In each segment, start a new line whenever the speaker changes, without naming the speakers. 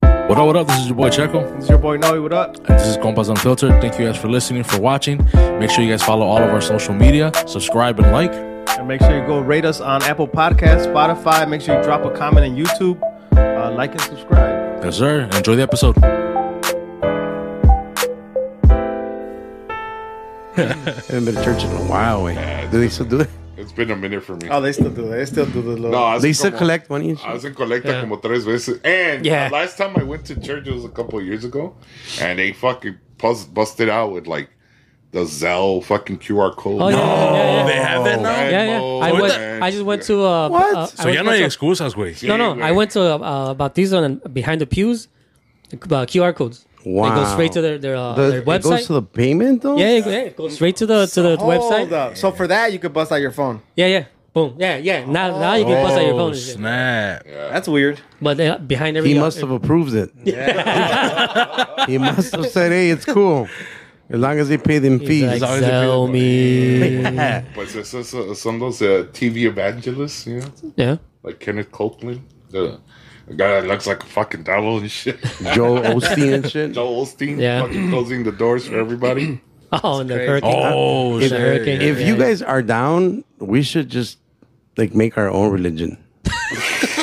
Checo, what up? This is your boy Checo.
This is your boy Noe. What up?
This is Compas Unfiltered. Thank you guys for listening, for watching. Make sure you guys follow all of our social media, subscribe and like.
And make sure you go rate us on Apple Podcasts, Spotify. Make sure you drop a comment on YouTube. Uh, like and subscribe.
Yes, sir. Enjoy the episode.
haven't been to church in a while. Wait. Do they still do that?
It's been a minute for me.
Oh, they still do that. They still do the little.
no, I
Uh, They still collect money and
I
shit.
was in Colecta como tres veces. And
Yeah.
the last time I went to church it was a couple of years ago, and they fucking buzz, busted out with like the Zelle fucking QR code.
Oh, yeah, yeah, yeah, yeah.
have that now?
Yeah, yeah. I,
Venmo,
went,
man.
I just went to. Uh,
What?
Uh,
So
I
So
went
ya no hay
to-
excusas, güey.
No, no.
Sí,
I
güey.
went to uh, Bautizo and behind the pews, uh, QR codes. It
Wow.
goes straight to their, their, uh,
The-
their
it
website.
goes to the payment though.
yeah, it, yeah, it goes straight to the to the website.
up. So for that, you could bust out your phone.
Yeah, yeah. Boom. Yeah, yeah. Now, now you can bust out your phone.
Oh,
and shit.
snap.
That's weird.
But uh, behind every
He must have approved it. he must have said, "Hey, it's cool, as long as they pay them
He's like,
fees."
always a bit
sell
of-
me.
Pues esos uh, son los uh, TV evangelists, you know,
yeah.
like Kenneth Copeland, the, the guy that looks like a fucking devil and shit.
Joel Osteen and shit.
Joel Osteen
Yeah.
fucking closing the doors for everybody.
Oh, and the hurricane.
Oh,
The
shit.
hurricane.
If
Yeah,
you
yeah.
guys are down, we should just like make our own religion.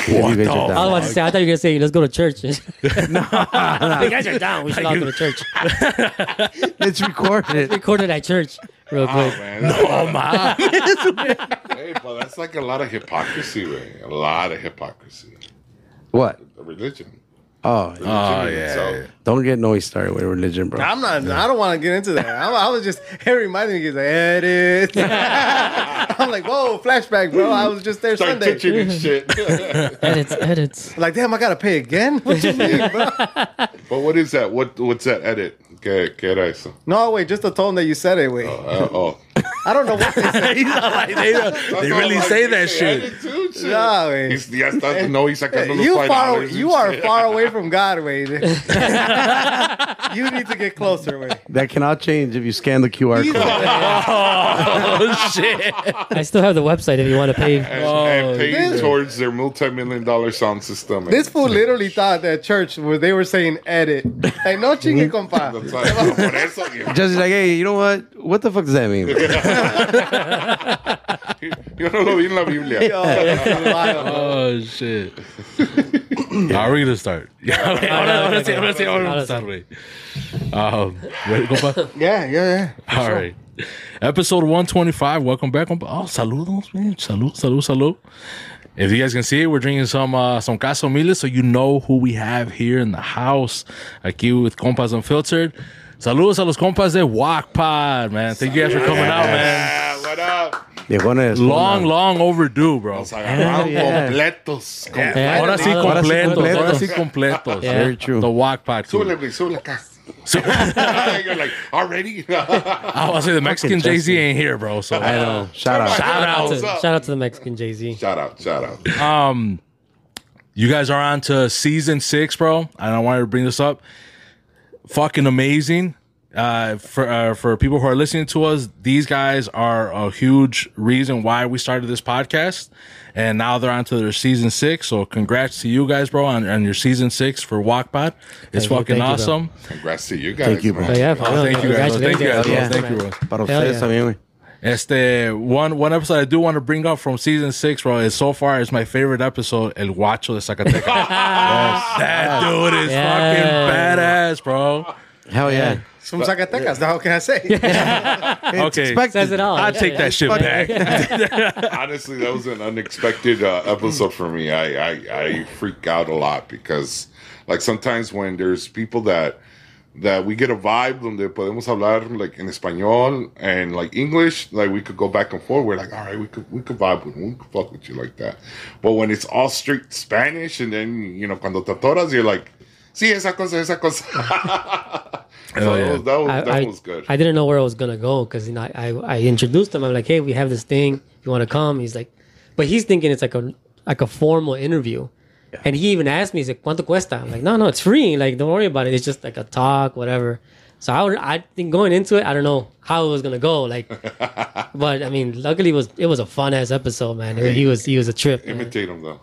If you guys are
I
down.
was about to say, I thought you were gonna say, let's go to church. no, you guys are down. We should all go to church.
Let's record it.
Recorded at church, real
Ah,
quick.
Oh, man. that's a lot.
Ma.
Hey, but that's like a lot of hypocrisy, man. A lot of hypocrisy.
What?
Religion.
Oh,
Oh,
Religion,
yeah.
so-
yeah.
don't get no started with religion, bro.
I'm not. I don't want to get into that. I'm, I was just. It reminded me. He's like, edit. I'm like, whoa, flashback, bro. I was just there
Start
Sunday.
touching and shit.
Edits, edits.
Like, damn, I gotta pay again. What you mean, bro?
but what is that? What what's that edit? Que, que era eso?
No, wait. Just the tone that you said it. Wait.
Uh, oh,
I don't know what they said.
He's not like, they, they really say that shit.
Nah, wait.
He's, ya está, no, he's sacando los
you
five
far,
dollars and
you are
shit.
far away from God, Wade. you need to get closer, Wade.
That cannot change if you scan the QR
He's
code.
Oh, shit.
I still have the website if you want to pay.
And, and
Oh,
paying
this-
towards their multi-million dollar sound system. and-
This fool literally thought that church where they were saying edit. Like no chingue
Mm-hmm.
compa.
That's like, oh, por eso, you-
Just like, hey, you know what? What the fuck does that mean? bro?
Yo no lo vi en la Biblia.
Yo, that's wild.
Oh, shit. Are we going to start? Yeah, wait, ahora, ahora sí, ahora sí, ahora vamos a empezar, güey. Um, ready, compa?
Yeah, yeah, yeah.
All right. Episode 125. Welcome back. compa. Oh, saludos, man. Salud, salud, salud. If you guys can see it, we're drinking some uh, some Caso Miles, so you know who we have here in the house. Aquí with Compas Unfiltered. Saludos a los compas de Walk Pod, man. Thank you guys for coming out, man.
Yeah, Ah, what up?
They're gonna
Long, long overdue, bro.
Nos agarraron
Yeah.
completos.
Yeah.
Ahora sí
sí
Ahora
completos,
completos.
ahora sí completos.
Yeah.
Very true.
The Walk Pod.
Súbele, güey, súbele acá. You're like, already?
I'll say the Mexican Jay Z ain't here, bro. So
I know. Shout out.
Shout out, to,
What's up?
shout out to the Mexican Jay Z.
Shout out, shout out.
You guys are on to season six, bro. And I wanted to bring this up. Fucking amazing. Uh, for uh, for people who are listening to us, these guys are a huge reason why we started this podcast, and now they're on to their season six. So congrats to you guys, bro, on, on your season six for Walkbot. It's
Thank you,
fucking
thank you, bro.
awesome.
Congrats to you guys.
you, bro.
man.
So yeah, for real,
Oh, thank you guys. bro. Thank you guys. bro.
Yeah.
congratulations.
Thank you, bro.
Para
Hell
ustedes
yeah.
también, güey.
Este one one episode I do want to bring up from season six, bro, is so far is my favorite episode, El Guacho de Zacatecas. That dude is
Yeah.
fucking badass, bro.
Hell yeah.
It's from Zacatecas. Now, what can I say?
Okay,
Expected.
Says it all.
I take that shit back.
Honestly, that was an unexpected uh, episode for me. I, I I freak out a lot because, like, sometimes when there's people that that we get a vibe donde podemos hablar like in español and like English, like we could go back and forth. We're like, all right, we could we could vibe with we could fuck with you like that. But when it's all straight Spanish and then you know cuando te atoras, you're like, sí esa cosa esa cosa. so
Oh, yeah.
that was that, was,
I,
that
I,
was good.
I didn't know where I was gonna go because you know I, I I introduced him. I'm like, hey, we have this thing. You want to come? He's like, but he's thinking it's like a like a formal interview, and he even asked me, he's like, ¿cuánto cuesta? I'm like, no, no, it's free. Like, don't worry about it. It's just like a talk, whatever. So I would, I think going into it, I don't know how it was gonna go. Like, but I mean, luckily it was it was a fun ass episode, man. He was he was a trip. man.
Imitate him though.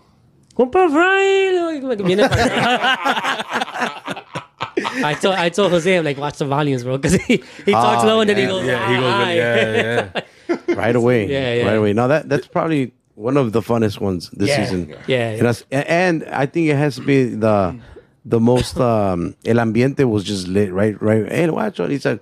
Compa Brian, like, like, viene para acá. I told I told Jose, I'm like, watch the volumes, bro, because he, he talks
Oh,
low and then he
yeah.
goes,
Yeah, he goes.
"Ah,
really- Yeah, yeah.
right away.
Yeah, yeah.
Right away. Now that that's probably one of the funnest ones this
Yeah.
season.
Yeah,
And, that's- a- and I think it has to be the the most um el ambiente was just lit right right and watch what he said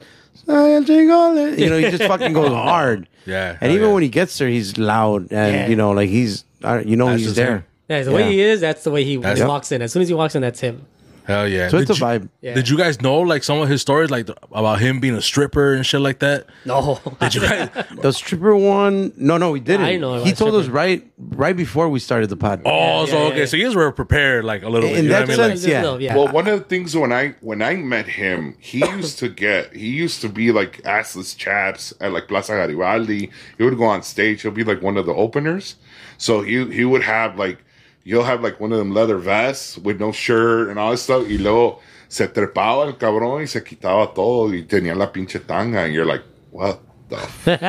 "Ay, el chingón." you know he just fucking goes hard
Yeah,
and
hell
even
yeah.
when he gets there he's loud and
Yeah.
you know like he's uh, you know
That's
he's
just
there
him.
Yeah, the way
Yeah.
he is, that's the way he
That's-
walks in. As soon as he walks in, that's him.
Hell yeah.
so it's
Did
a
you-
vibe
Yeah.
Did you guys know like some of his stories, like th- about him being a stripper and shit like that?
No,
Did you guys?
the stripper one no no we didn't
I know about
he told us
stripper.
right right before we started the pod
Oh, so
yeah,
okay,
yeah.
so you guys were prepared like a little bit.
In
you know
that
what I mean?
sense,
Like,
yeah.
Little, yeah.
Well, one of the things when I when I met him, he used to get he used to be like assless chaps at like Plaza Garibaldi. He would go on stage. He'll be like one of the openers. So he he would have like you'll have like one of them leather vests with no shirt and all that stuff. Y luego se trepaba el cabrón y se quitaba todo y tenía la pinche tanga. And you're like, what the fuck?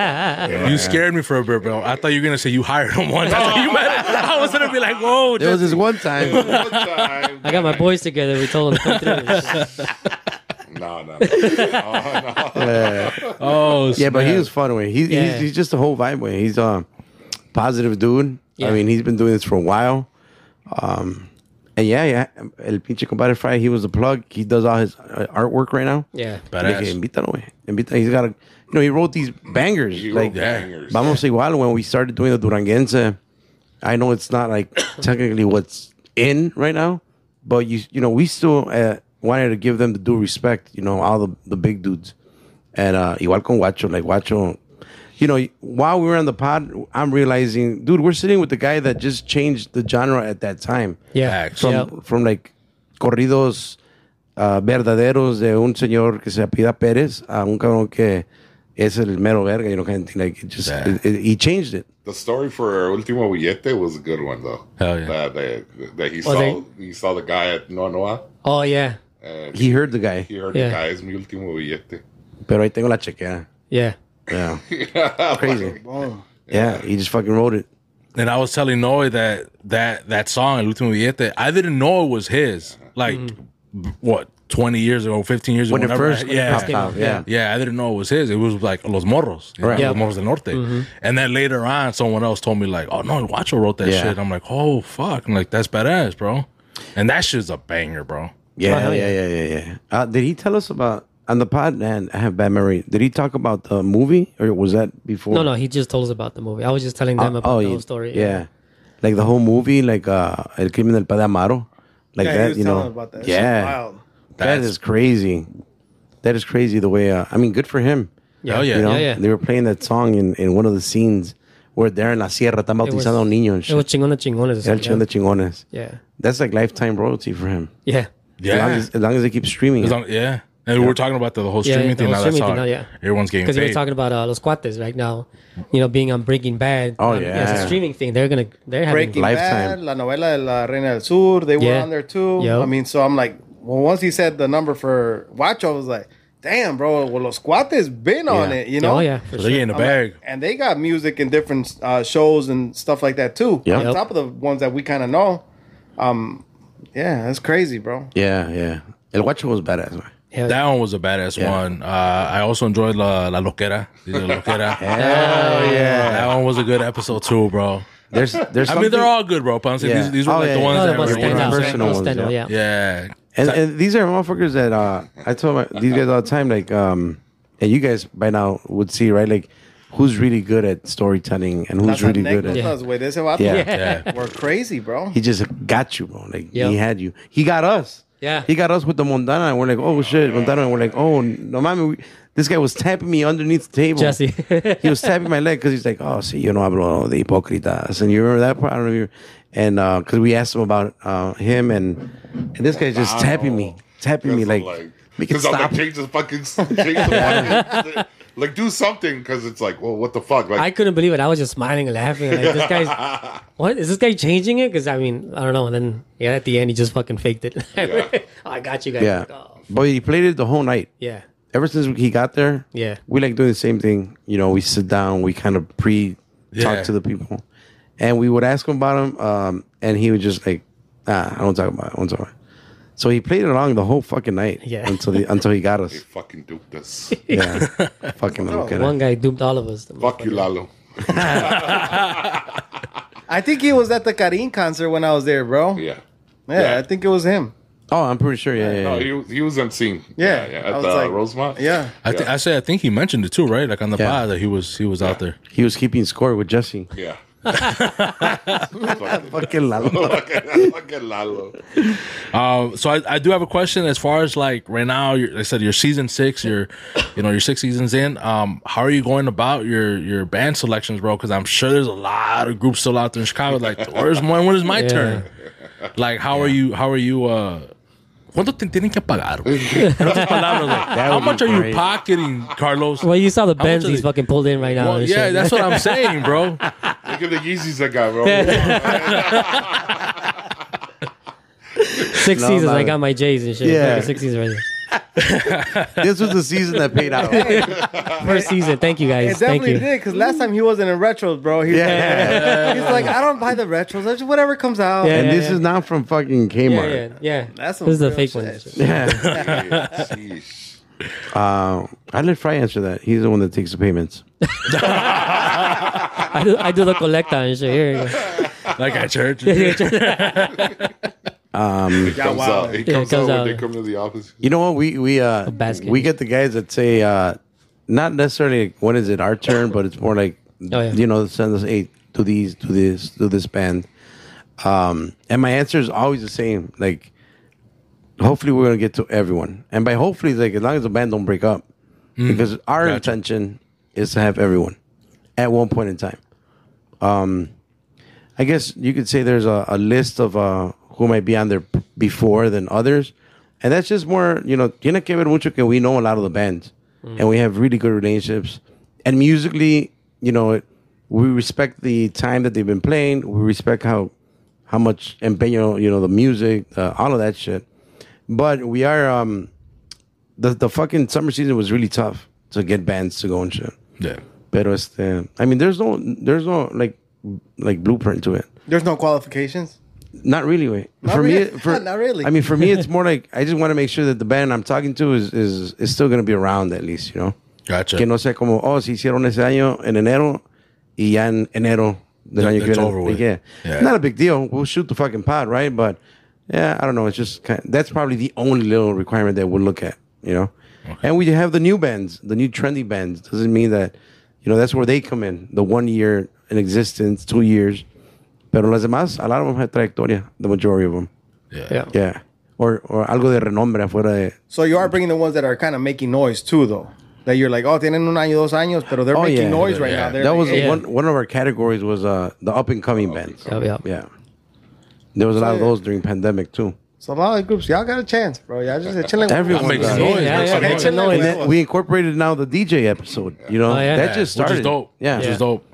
you scared me for a bit, bro. I thought you were gonna say you hired him once. I thought you met him. I was gonna be like, whoa.
there was
Jesse.
this one time
One time-
I got my boys together. We told him to come through.
No, no, no, no.
oh,
Yeah, but he
snap.
was fun way. He,
Yeah.
he's, he's just a whole vibe way. He's a positive dude.
Yeah.
I mean, he's been doing this for a while. Um, and yeah, yeah. El pinche compadre Fry, he was the plug. He does all his uh, artwork right now.
Yeah,
Le
badass.
dije, "Invítalo, güey. Invita-" He's got a, you know, he wrote these bangers.
He
like,
wrote bangers.
Vamos igual. When we started doing the Duranguense, I know it's not like technically what's in right now, but you you know we still uh, wanted to give them the due respect. You know all the the big dudes, and uh, igual con Guacho, like Guacho. You know, while we were on the pod, I'm realizing, dude, we're sitting with the guy that just changed the genre at that time
yeah,
Facts.
yeah.
from from like corridos uh, verdaderos de un señor que se apida Pérez a un cabrón que es el mero verga, you know, kind of thing. Like, it just, it- it- he changed it.
The story for Ultimo Billete was a good one though.
Hell yeah.
That that, that he
Oh,
saw
they-
he saw the guy at Noa Noa
Oh yeah,
and
He heard the guy.
he heard
Yeah.
the guy is mi Ultimo Billete.
Pero ahí tengo la chequea.
yeah.
Yeah. Crazy.
Oh.
Yeah, he just fucking wrote it.
And I was telling Noe that that that song El último billete, I didn't know it was his. Like
Mm-hmm.
what, twenty years ago, fifteen years ago,
When it
whenever I-
first
yeah.
popped out, yeah.
Yeah, I didn't know it was his. It was like Los Morros, you know,
Right.
Los Morros del Norte.
Mm-hmm.
And then later on, someone else told me like, "Oh no, Guacho wrote that
Yeah.
shit." I'm like, "Oh fuck!" I'm like, "That's badass, bro." And that shit's a banger, bro.
Oh,
Yeah,
hell
yeah, yeah, yeah, yeah. Uh, did he tell us about, on the pod, man, I have bad memory. Did he talk about the movie or was that before?
No, no, he just told us about the movie. I was just telling them
Uh,
about the
yeah.
whole story.
Yeah. Like the whole movie, like uh El Crimen del Padre Amaro. Like
Yeah, he
that,
was
you
telling
know.
about that. It's
Yeah.
wild.
That's,
That's-
crazy. That is crazy the way uh, I mean good for him.
Yeah. Hell yeah.
Oh, You know,
Yeah, yeah.
they were playing that song in, in one of the scenes where they're in La Sierra están
It was-
bautizando a un niño and
It was
shit.
chingona chingones.
El Chingón de Chingones.
Yeah,
That's like lifetime royalty for him.
yeah,
As long
Yeah,
as, as long as they keep streaming.
As
it.
long- yeah. And we we're talking about the, the whole
Yeah,
streaming
yeah, the
thing.
whole
Now that's
streaming
how
thing now, yeah.
everyone's getting
because
paid.
we were talking about uh, los cuates right now. You know, being on Breaking Bad.
Oh,
um, it's
yeah.
a streaming thing. They're gonna they're having
Breaking
Lifetime.
Bad, La Novela de la Reina del Sur. They were
Yeah.
on there too.
Yep.
I mean, so I'm like, well, once he said the number for Watch, I was like, damn, bro, well, Los Cuates been on
Yeah.
it, you know?
Oh yeah,
So
for
they're
sure.
getting a
I'm
bag.
like- and they got music in different uh, shows and stuff like that too.
Yeah.
On
Yep.
top of the ones that we kind of know. Um, yeah, that's crazy, bro.
yeah, yeah. El Guacho was badass. man.
Hell
That one was a badass
Yeah.
one. Uh, I also enjoyed La, La Loquera. La Loquera.
yeah.
That one was a good episode too, bro.
There's there's
I mean, they're
something-
all good, bro. But I'm saying
Yeah.
these, these were
Oh,
like
yeah,
the
yeah.
ones
Oh,
that
that was
were
stand
standout.
out.
Personal ones,
Stand out,
yeah.
yeah.
Yeah,
And, and these are motherfuckers that uh, I tell my, these guys all the time, like, um, and you guys by now would see, right? Like, who's really good at storytelling and who's
Las
really good
anécdotas,
at.
güey, de ese vato
Yeah.
yeah.
Were crazy, bro.
He just got you, bro. Like,
Yeah.
he had you. He got us.
Yeah.
He got us with the Montana. And we're like, oh shit, Montana. And we're like, oh, no, mami. we- This guy was tapping me underneath the table.
Jesse.
he was tapping my leg because he's like, oh, see, you know, hablo de hipócritas. And you remember that part? I don't know if you, and because we asked him about uh, him, and, and this guy's just tapping me, tapping me, like, make it
because I'm
stop.
like change the fucking change the fucking like do something because it's like well what the fuck
I
like
couldn't believe it. I was just smiling and laughing. Like this guy's what is this guy changing it? Because I mean, I don't know. And then yeah, at the end, he just fucking faked it. oh, I got you guys.
yeah,
Like, oh,
but he played it the whole night.
yeah,
Ever since he got there,
Yeah.
we like doing the same thing. You know, we sit down, we kind of pre talk
Yeah.
to the people, and we would ask him about him, um, and he would just like, ah, I don't talk about, it, I don't talk about. It. So he played it along the whole fucking night.
Yeah.
Until the, until he got us.
Fucking do this.
Yeah. fucking little kid.
One guy duped all of us. the
Fuck you,
motherfucker.
Lalo.
I think he was at the Karim concert when I was there, bro.
Yeah.
Yeah,
Yeah.
I think it was him.
Oh, I'm pretty sure. Yeah, yeah.
No,
yeah.
he, was- he was unseen.
Yeah,
yeah,
I
at
was
the
like-
Rosemont.
Yeah.
I, thi- I say I think he mentioned it too, right? Like on the
Yeah.
pod that he was he was out there.
He was keeping score with Jesse.
yeah.
Fucking Lalo.
fucking, fucking Lalo.
Um, so I, I do have a question as far as like right now. You're, like I said you're season six. You're you know you're six seasons in. Um, how are you going about your your band selections, bro? Because I'm sure there's a lot of groups still out there in Chicago. Like where's my when is my
Yeah.
turn? Like how are you how are you? uh ¿Cuánto te tienen que pagar? güey? En otras palabras, like, how
would
much
be
are you
great.
pocketing, Carlos?
Well, you saw the
much
Benz
are
he's
they-
fucking pulled in right now.
Well,
and
yeah,
shit.
that's what I'm saying, bro.
Look at the Yeezys I got, bro.
six
No,
seasons.
no.
I got my J's and shit.
Yeah.
Fucking six seasons right there.
this was the season that paid out. Yeah.
First season. Thank you
It
guys. Thank
definitely
you.
did because last time he wasn't in retros, bro. He he's like, I don't buy the retros. I just whatever comes out.
Yeah.
And this is not from fucking
Yeah,
Kmart.
yeah, yeah.
That's some
this is the
real
fake
shit.
one. and shit.
Yeah.
Jeez.
Uh, I let Fry answer that. He's the one that takes the payments.
I do, I do the collector and shit. Here you go.
Like at church.
He comes
wow.
out. He
Yeah,
comes,
comes
out
out.
when they come to the office.
You know what? We we uh
basket.
we get the guys that say uh not necessarily like, when is it our turn, but it's more like
Oh, yeah.
you know send us hey do these do this do this band, um and my answer is always the same like hopefully we're gonna get to everyone and by hopefully it's like as long as the band don't break up
Hmm.
because our
Gotcha.
intention is to have everyone at one point in time. I guess you could say there's a, a list of uh, who might be on there p- before than others. And that's just more, you know, tiene que ver mucho que we know a lot of the bands and we have really good relationships. And musically, you know, it, we respect the time that they've been playing. We respect how how much empeño, you know, the music, uh, all of that shit. But we are, um, the, the fucking summer season was really tough to get bands to go and shit.
Yeah.
Pero este, I mean, there's no, there's no like, like blueprint to it.
There's no qualifications.
Not really. Wait.
Not
for
really?
me, for,
Not really.
I mean, for me, it's more like I just want to make sure that the band I'm talking to is is, is still going to be around at least, you know.
Gotcha.
Que no sea como oh, se hicieron ese año en enero y ya en enero del
That-
año que
that's
viene.
over with.
Like, yeah.
Yeah.
not a big deal. We'll shoot the fucking pot, right? But yeah, I don't know. It's just kind that's probably the only little requirement that we'll look at, you know. And we have the new bands, the new trendy bands. Doesn't mean that, you know, that's where they come in. The one year in existence, two years. Pero las demás, a lot of them have trayectoria, the majority of them.
Yeah.
Yeah. Or, or algo de renombre afuera de.
So you are bringing the ones that are kind of making noise too, though. That you're like, oh, tienen un año, dos años, pero they're
Oh,
making
yeah.
noise right
Yeah.
now. They're
That
like,
was
Yeah.
one, one of our categories was uh, the up and coming bands.
Yeah, yeah.
Yeah. There was a lot of
yeah.
those during pandemic too.
so a lot of groups, y'all got a chance, bro. Y'all just chilling.
Everyone
Makes
does.
noise.
Yeah, yeah,
makes
yeah,
noise.
makes a noise.
And then we incorporated now the DJ episode. You know,
Oh, yeah.
that just started.
Which is dope.
Yeah.
Which is dope.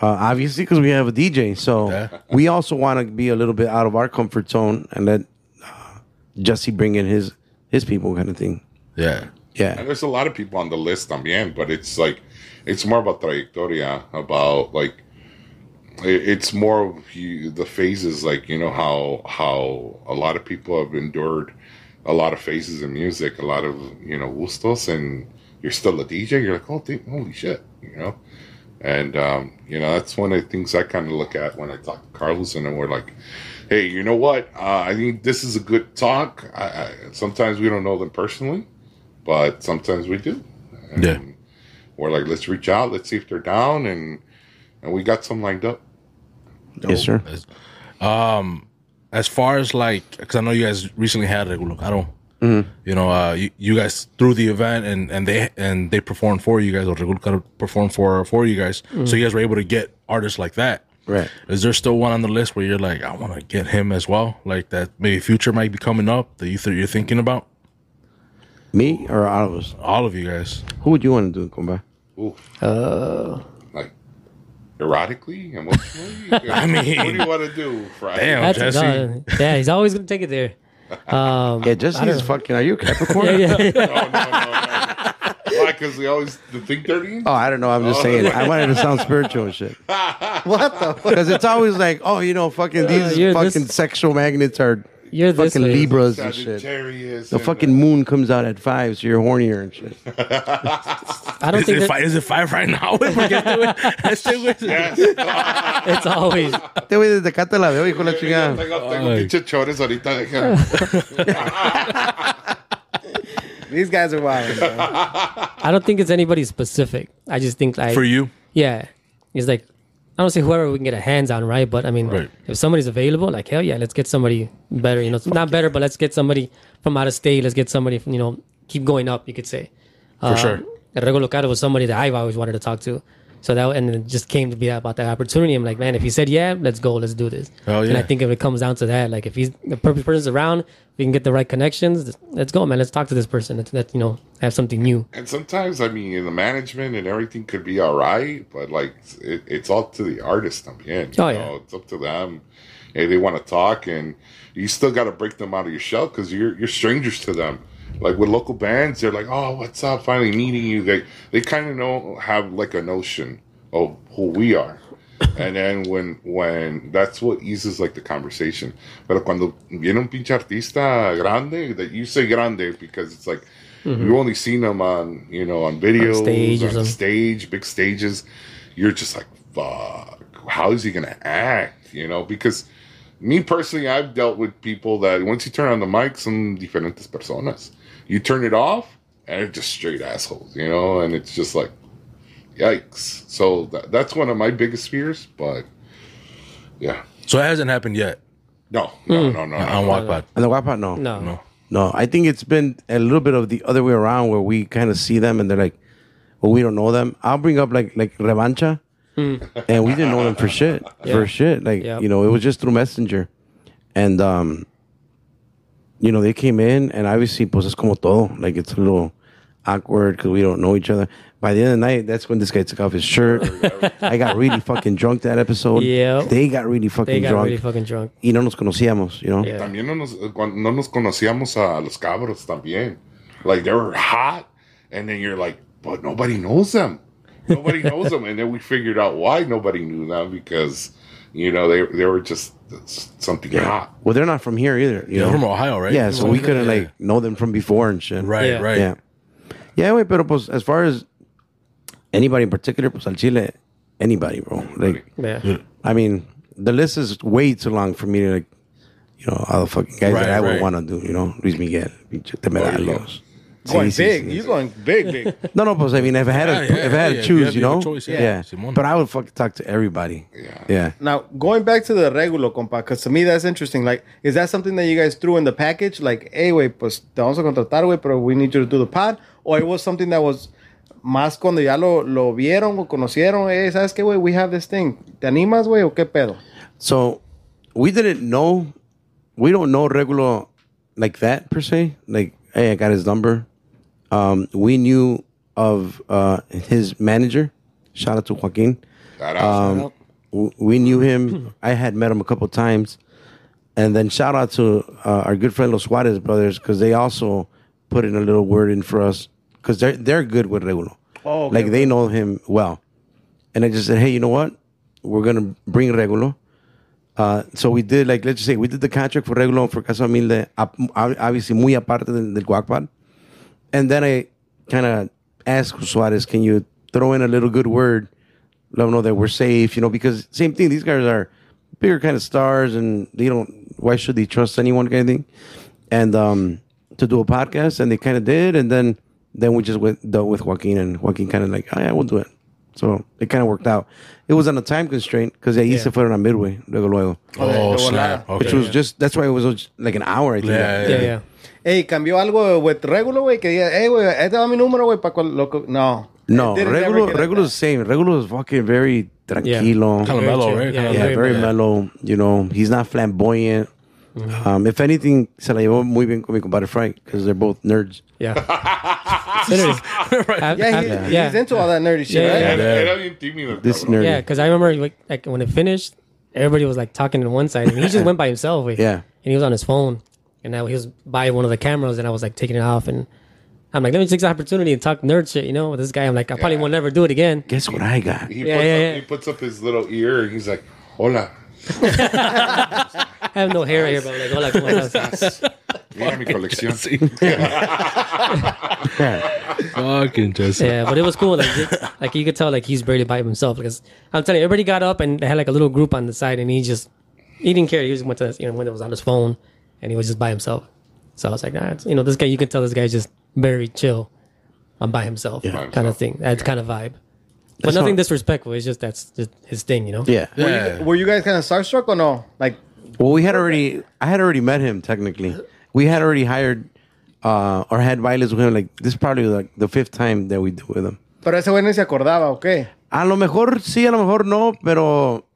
Uh, obviously, because we have a DJ, so
Yeah.
we also want to be a little bit out of our comfort zone and let uh, Jesse bring in his his people, kind of thing.
Yeah.
Yeah.
And there's a lot of people on the list también, but it's like it's more about trayectoria, about like it- it's more of you, the phases, like you know how how a lot of people have endured a lot of phases in music, a lot of you know gustos, and you're still a DJ. You're like, oh, dude, holy shit, you know. And um, you know that's one of the things I kind of look at when I talk to Carlos, and then we're like, "Hey, you know what? Uh, I think this is a good talk. I, I, sometimes we don't know them personally, but sometimes we do. And
Yeah.
We're like, let's reach out, let's see if they're down, and and we got some lined up.
Yes, sir.
as far as like because i know you guys recently had regulocaro
Mm-hmm.
you know uh you, you guys threw the event and and they and they performed for you guys or regulocaro performed for for you guys
Mm.
so you guys were able to get artists like that
Right.
is there still one on the list where you're like i want to get him as well like that maybe future might be coming up that you th- you're thinking about
Me or all of us?
all of you guys
Who would you want to do, Kumba?
Ooh. Like erotically, emotionally. I
mean-
what do you want to do, Friday?
Damn.
That's
Jesse.
no, yeah, he's always gonna take it there.
Yeah, Jesse's fucking. Are you a Capricorn?
No, no, no, no. Why? Because they always the think dirty.
Oh, I don't know. I'm just saying. I wanted to sound spiritual and shit.
what the?
Because it's always like, oh, you know, fucking these
you're
fucking
this-
sexual magnets are
You're this
fucking
way.
Libras and shit.
Sagittarius.
The
and,
fucking moon comes out at five, so you're hornier and shit.
I don't
Is
think
it,
that,
five, is it five right now? If we get to it? Let's do it.
it's always
Te voy desde acá te la veo, hijo de la
Tengo,
chingada.
tengo, oh, tengo
Ay.
pinche chores ahorita. deja-
These guys are wild. bro.
I don't think it's anybody specific. I just think like
For you,
Yeah. It's like I don't say whoever we can get our hands on, right? But I mean
Right.
if somebody's available, like hell yeah, let's get somebody better, you know. not better, but let's get somebody from out of state, let's get somebody from, you know, keep going up, you could say.
for sure.
Rego Locado was somebody that I've always wanted to talk to. So that and it just came to be about that opportunity. I'm like, man, if he said yeah, let's go, let's do this.
Hell
And
yeah.
I think if it comes down to that, like if he's the perfect person's around, we can get the right connections. Let's go, man. Let's talk to this person. Let's, let you know have something new.
and sometimes, I mean, the management and everything could be all right, but like it, it's all to the artist también. You
Oh, yeah.
know? It's up to them. Hey, they want to talk, and you still got to break them out of your shell because you're you're strangers to them. Like with local bands, they're like, "Oh, what's up? Finally meeting you." They they kind of know have like a notion of who we are, and then when when that's what eases like the conversation. But cuando viene un pinche artista grande, that you say grande because it's like you've only seen them on you know on videos, on
Mm-hmm. stage or something.
stage, big stages. You're just like, fuck. How is he gonna act? You know because me personally, I've dealt with people that once you turn on the mic, some diferentes personas. You turn it off, and they're just straight assholes, you know. And it's just like, yikes. So that, that's one of my biggest fears. But yeah,
So it hasn't happened yet
no, no, no, no.
on
no.
Wattpad.
And the guapa, no.
No.
No, I think it's been a little bit of the other way around where we kind of see them and they're like, well, we don't know them. I'll bring up like like Revancha, and we didn't know them for shit, for shit. Like
Hmm. Yep.
you know, it was just through Messenger, and um, you know, they came in and obviously, pues es como todo. Like it's a little awkward because we don't know each other. By the end of the night, that's when this guy took off his shirt. I got really fucking drunk that episode.
Yep.
they got really fucking
They got
drunk.
really fucking drunk.
y no nos conocíamos, you know.
Yeah.
También no nos, cuando- no nos conocíamos a los cabros también. Like they were hot, and then you're like, but nobody knows them. Nobody knows them, and then we figured out why nobody knew them because you know they they were just something hot.
Well, they're not from here either. You know?
They're from Ohio, right?
Yeah,
They're
so
from
we
Ohio.
couldn't
Yeah.
like know them from before and shit.
Right,
Yeah.
right.
Yeah. Yeah, wait, pero pues as far as anybody in particular, pues al Chile, anybody, bro. Like
Yeah.
I mean, the list is way too long for me to like you know, all the fucking guys
Right,
that I
right. Oh,
would want to do, you know, Luis Miguel, pinche Temerarios.
Going
Sí, sí,
big.
sí.
You going big, big.
No, no, pues I mean, if I had
Yeah,
to,
yeah,
if I had
yeah,
to
if you
choose,
have-
you
you have
know,
a choice, yeah.
yeah.
Simón.
But I would fucking talk to everybody.
Yeah.
yeah.
Now going back to the regular compa, because to me that's interesting. Like, is that something that you guys threw in the package? Like, hey, wait, pues te vamos a contratar, güey, pero we need you to do the pod, or it was something that was más cuando ya lo, lo vieron o conocieron, hey, sabes qué, güey, we have this thing. ¿Te animas, güey, o qué pedo?
So we didn't know, we don't know regular like that per se. Like, hey, I got his number. Um, we knew of uh, his manager. Shout out to Joaquin.
That I was-
W- We knew him. I had met him a couple times. And then shout out to uh, our good friend Los Suarez brothers because they also put in a little word in for us because they're they're good with Regulo.
Oh, okay,
like they know him well. And I just said, hey, you know what? We're gonna bring Regulo. Uh, so we did like let's just say we did the contract for Regulo and for Casa Humilde, ap- ob- obviously muy aparte del, del Guacpad. And then I kind of asked Suarez, can you throw in a little good word? Let them know that we're safe, you know, because same thing, these guys are bigger kind of stars and they don't, why should they trust anyone kind of thing? And um, to do a podcast and they kind of did. And then, then we just went, dealt with Joaquin and Joaquin kind of like, oh yeah, we'll do it. So it kind of worked out. It was on a time constraint because they used to put it on midway, luego, luego,
Oh,
Okay,
snap. Okay.
which was just, that's why it was just like an hour, I think.
yeah, yeah,
Yeah,
yeah.
yeah.
Hey, cambió algo with regular, güey, que diga, hey, güey, este va mi número, güey, para cual loco. No.
No,
It didn't ever get
regular,
like
regular is same. Regular is fucking very tranquilo.
Kind of
Very
mellow,
chill.
right?
Yeah,
Kinda
Yeah,
like-
very mellow. You know, he's not flamboyant. Um, if anything, se la llevó muy bien con mi compadre Frank because they're both nerds.
Yeah. Literally. Ab-
that.
ab-
Yeah, he,
yeah.
he's into all that nerdy shit,
Yeah,
right?
yeah.
Era-
yeah.
era bien tímido,
This
cabrón.
nerd.
Yeah, because I remember like, like when it finished, everybody was like talking to one side, and he just went by himself. Like,
Yeah.
and he was on his phone, and now he was by one of the cameras, and I was like taking it off, and I'm like, let me take this opportunity and talk nerd shit, you know, with this guy. I'm like, I probably
Yeah.
will never do it again.
Guess what I got?
He,
Yeah,
puts
yeah,
up,
yeah.
he puts up his little ear and he's like, hola.
I have no hair right here, but I'm like, hola, ¿cómo estás?
Mira mi colección.
Fucking Jesse.
Yeah, but it was cool. Like, it- like you could tell, like he's barely by himself because I'm telling you, everybody got up and they had like a little group on the side, and he just he didn't care. He just went to you know when it was on his phone, and he was just by himself. So I was like, ah, it's- you know, this guy, you can tell this guy's just very chill. I'm by himself, kind of thing. That kind of vibe, but
That's
nothing
not-
disrespectful. It's just that's just his thing, you know.
Yeah.
Yeah.
Were you guys kind of starstruck or no? Like,
Well, we had already. I had already met him technically. We had already hired uh, or had violence with him. Like this, is probably like the fifth time that we did with him.
pero ese güey ni se acordaba, okay?
A lo mejor sí, a lo mejor no, pero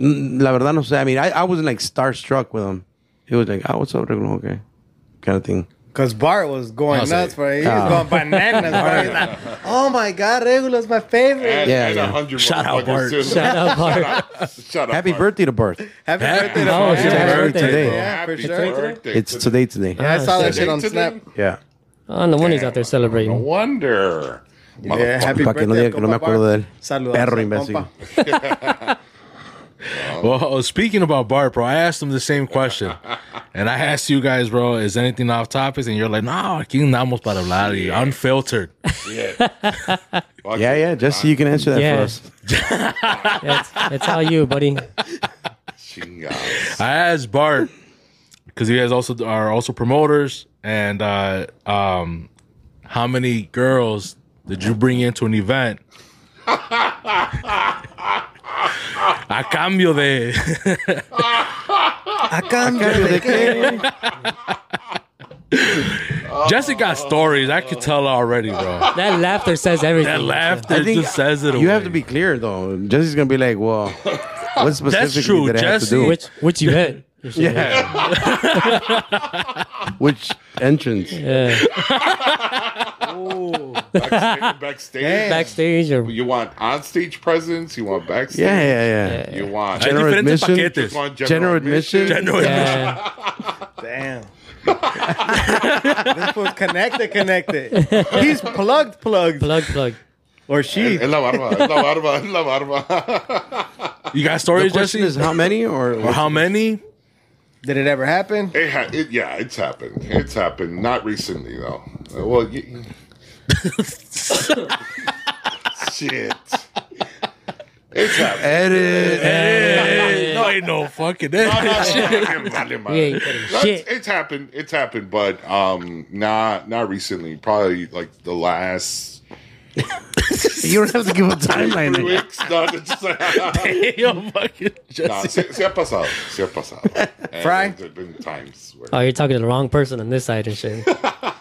mm, la verdad no sé. I mean, I, I wasn't like starstruck with him. It was like, oh, what's up, Regulo? Okay, kind of thing.
Because Bart was going
was
nuts,
like,
bro. He
Ah.
was going bananas, bro. He's like, oh my God, Regulo's my favorite.
And,
Yeah,
and
yeah.
a hundred
Shout out,
motherfuckers
Bart.
too.
Shout out, Bart.
Shout out,
Happy
Bart.
birthday to Bart.
Happy
Happy
birthday to
Oh,
Bart.
it's your
Yeah,
birthday
today.
Yeah, for
Happy
sure.
birthday
It's
to-
today, today.
Yeah, I saw that
Today,
shit on
today.
Snap.
Yeah.
Oh, no wonder he's out there
No
celebrating.
wonder.
Yeah, happy
Pa' que no
birthday
diga
al
que no me
compa Bart.
acuerdo de él.
Saludos
Perro
al
imbécil.
compa.
Well, speaking about Bart, bro, I asked him the same question. and I asked you guys, bro, is anything off topics? And you're like, no, aquí andamos para hablar. y Unfiltered.
Fuck
Yeah,
it.
yeah. Just so you can answer that for
Yeah.
us.
That's, that's all you, buddy.
Chingados.
I asked Bart because you guys also are also promoters, and uh, um, how many girls did you bring into an event? A cambio de Jesse got stories I could tell already, bro.
That laughter says everything.
That
I
laughter
think
just says it.
You have
away.
to be clear though. Jesse's gonna be like, well, what specifically
true,
did I have to
Jesse.
do?
Which which you hit?
Yeah.
Which entrance?
Yeah.
Backsta- Backstage.
Backstage or
You want on stage presence? You want backstage?
Yeah, yeah, yeah.
You want
Hay
General
diferentes
admission.
you
paquetes.
want
General admission.
General admission.
yeah.
Damn. this was connected, connected. He's plugged, plugged.
plug plug.
Or she.
Es la barba, es la barba, es la barba.
You got
The
stories,
question
Jesse?
is how many or
Or how many?
Did it ever happen?
It ha- it, yeah, it's happened. It's happened. Not recently, though. Uh, Well, you, shit. It's happened.
edit.
Hey, no, ain't no fucking
Vale, vale,
We ain't
madre.
getting
No, it's,
shit.
it's happened. It's happened, but um, not not recently. Probably like the last
You don't have to give a
three
timeline.
weeks. No, it's just like,
Yo, fucking
no,
Jesse.
se, se ha pasado. Se ha pasado. And
Fry?
There's been times where.
Oh, you're talking to the wrong person on this side and shit.
No,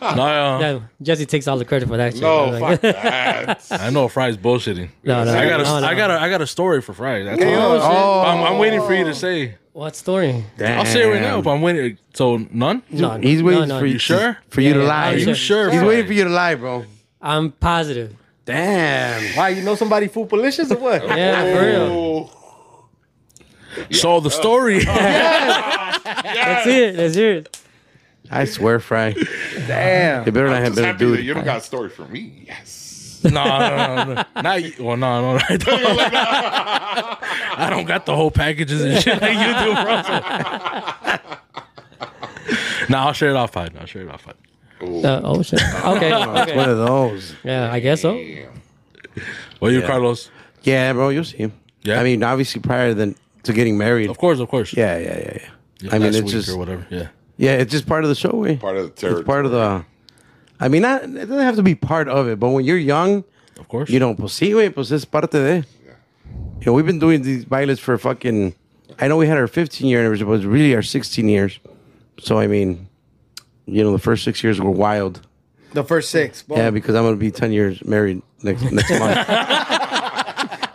Yeah, Jesse takes all the credit for that shit.
no,
I'm like,
fuck that.
I know Fry's bullshitting.
No, no,
I got a,
no, no.
I got a, I got a story for Fry. That's all.
Oh,
I'm, I'm waiting for you to say.
What story?
damn.
I'll say it right now, but I'm waiting. So none.
No,
He's waiting for you.
You sure?
For you to
Yeah, yeah,
lie.
I'm
Are you
sure.
sure?
He's
Fry?
waiting for you to lie, bro.
I'm positive.
Damn.
Why, you know somebody food malicious or what?
Yeah, for real.
Oh,
So the story.
That's it. That's it.
I swear, Fry.
Damn.
They better not
I'm
have
just
better
happy that
dude.
you don't got a story for me. Yes.
no, no, no, no. Not you. Well, no, no, no, I don't. I don't got the whole packages and shit like you do, bro. nah, I'll share it off. Fine. I'll share it off. Fine.
Uh, oh shit. Okay.
It's one
okay.
of those.
Yeah, I guess so.
Damn.
Well, you, Carlos.
Yeah, bro. You'll see him.
Yeah?
I mean, obviously prior than to getting married.
Of course, of course.
Yeah, yeah, yeah, yeah.
Yeah,
I mean,
last
it's
week
just
or whatever. Yeah.
yeah, it's just part of the show. way.
Part of the
it's
territory.
part of the. I mean, not, it doesn't have to be part of it, but when you're young,
Of course.
you know, pues sí, güey, pues es parte de. You know, we've been doing these bailes for fucking. I know we had our 15 year anniversary, but it's really our 16 years. So I mean, you know, the first six years were wild.
The first six. Boom.
Yeah, because I'm gonna be 10 years married next next month,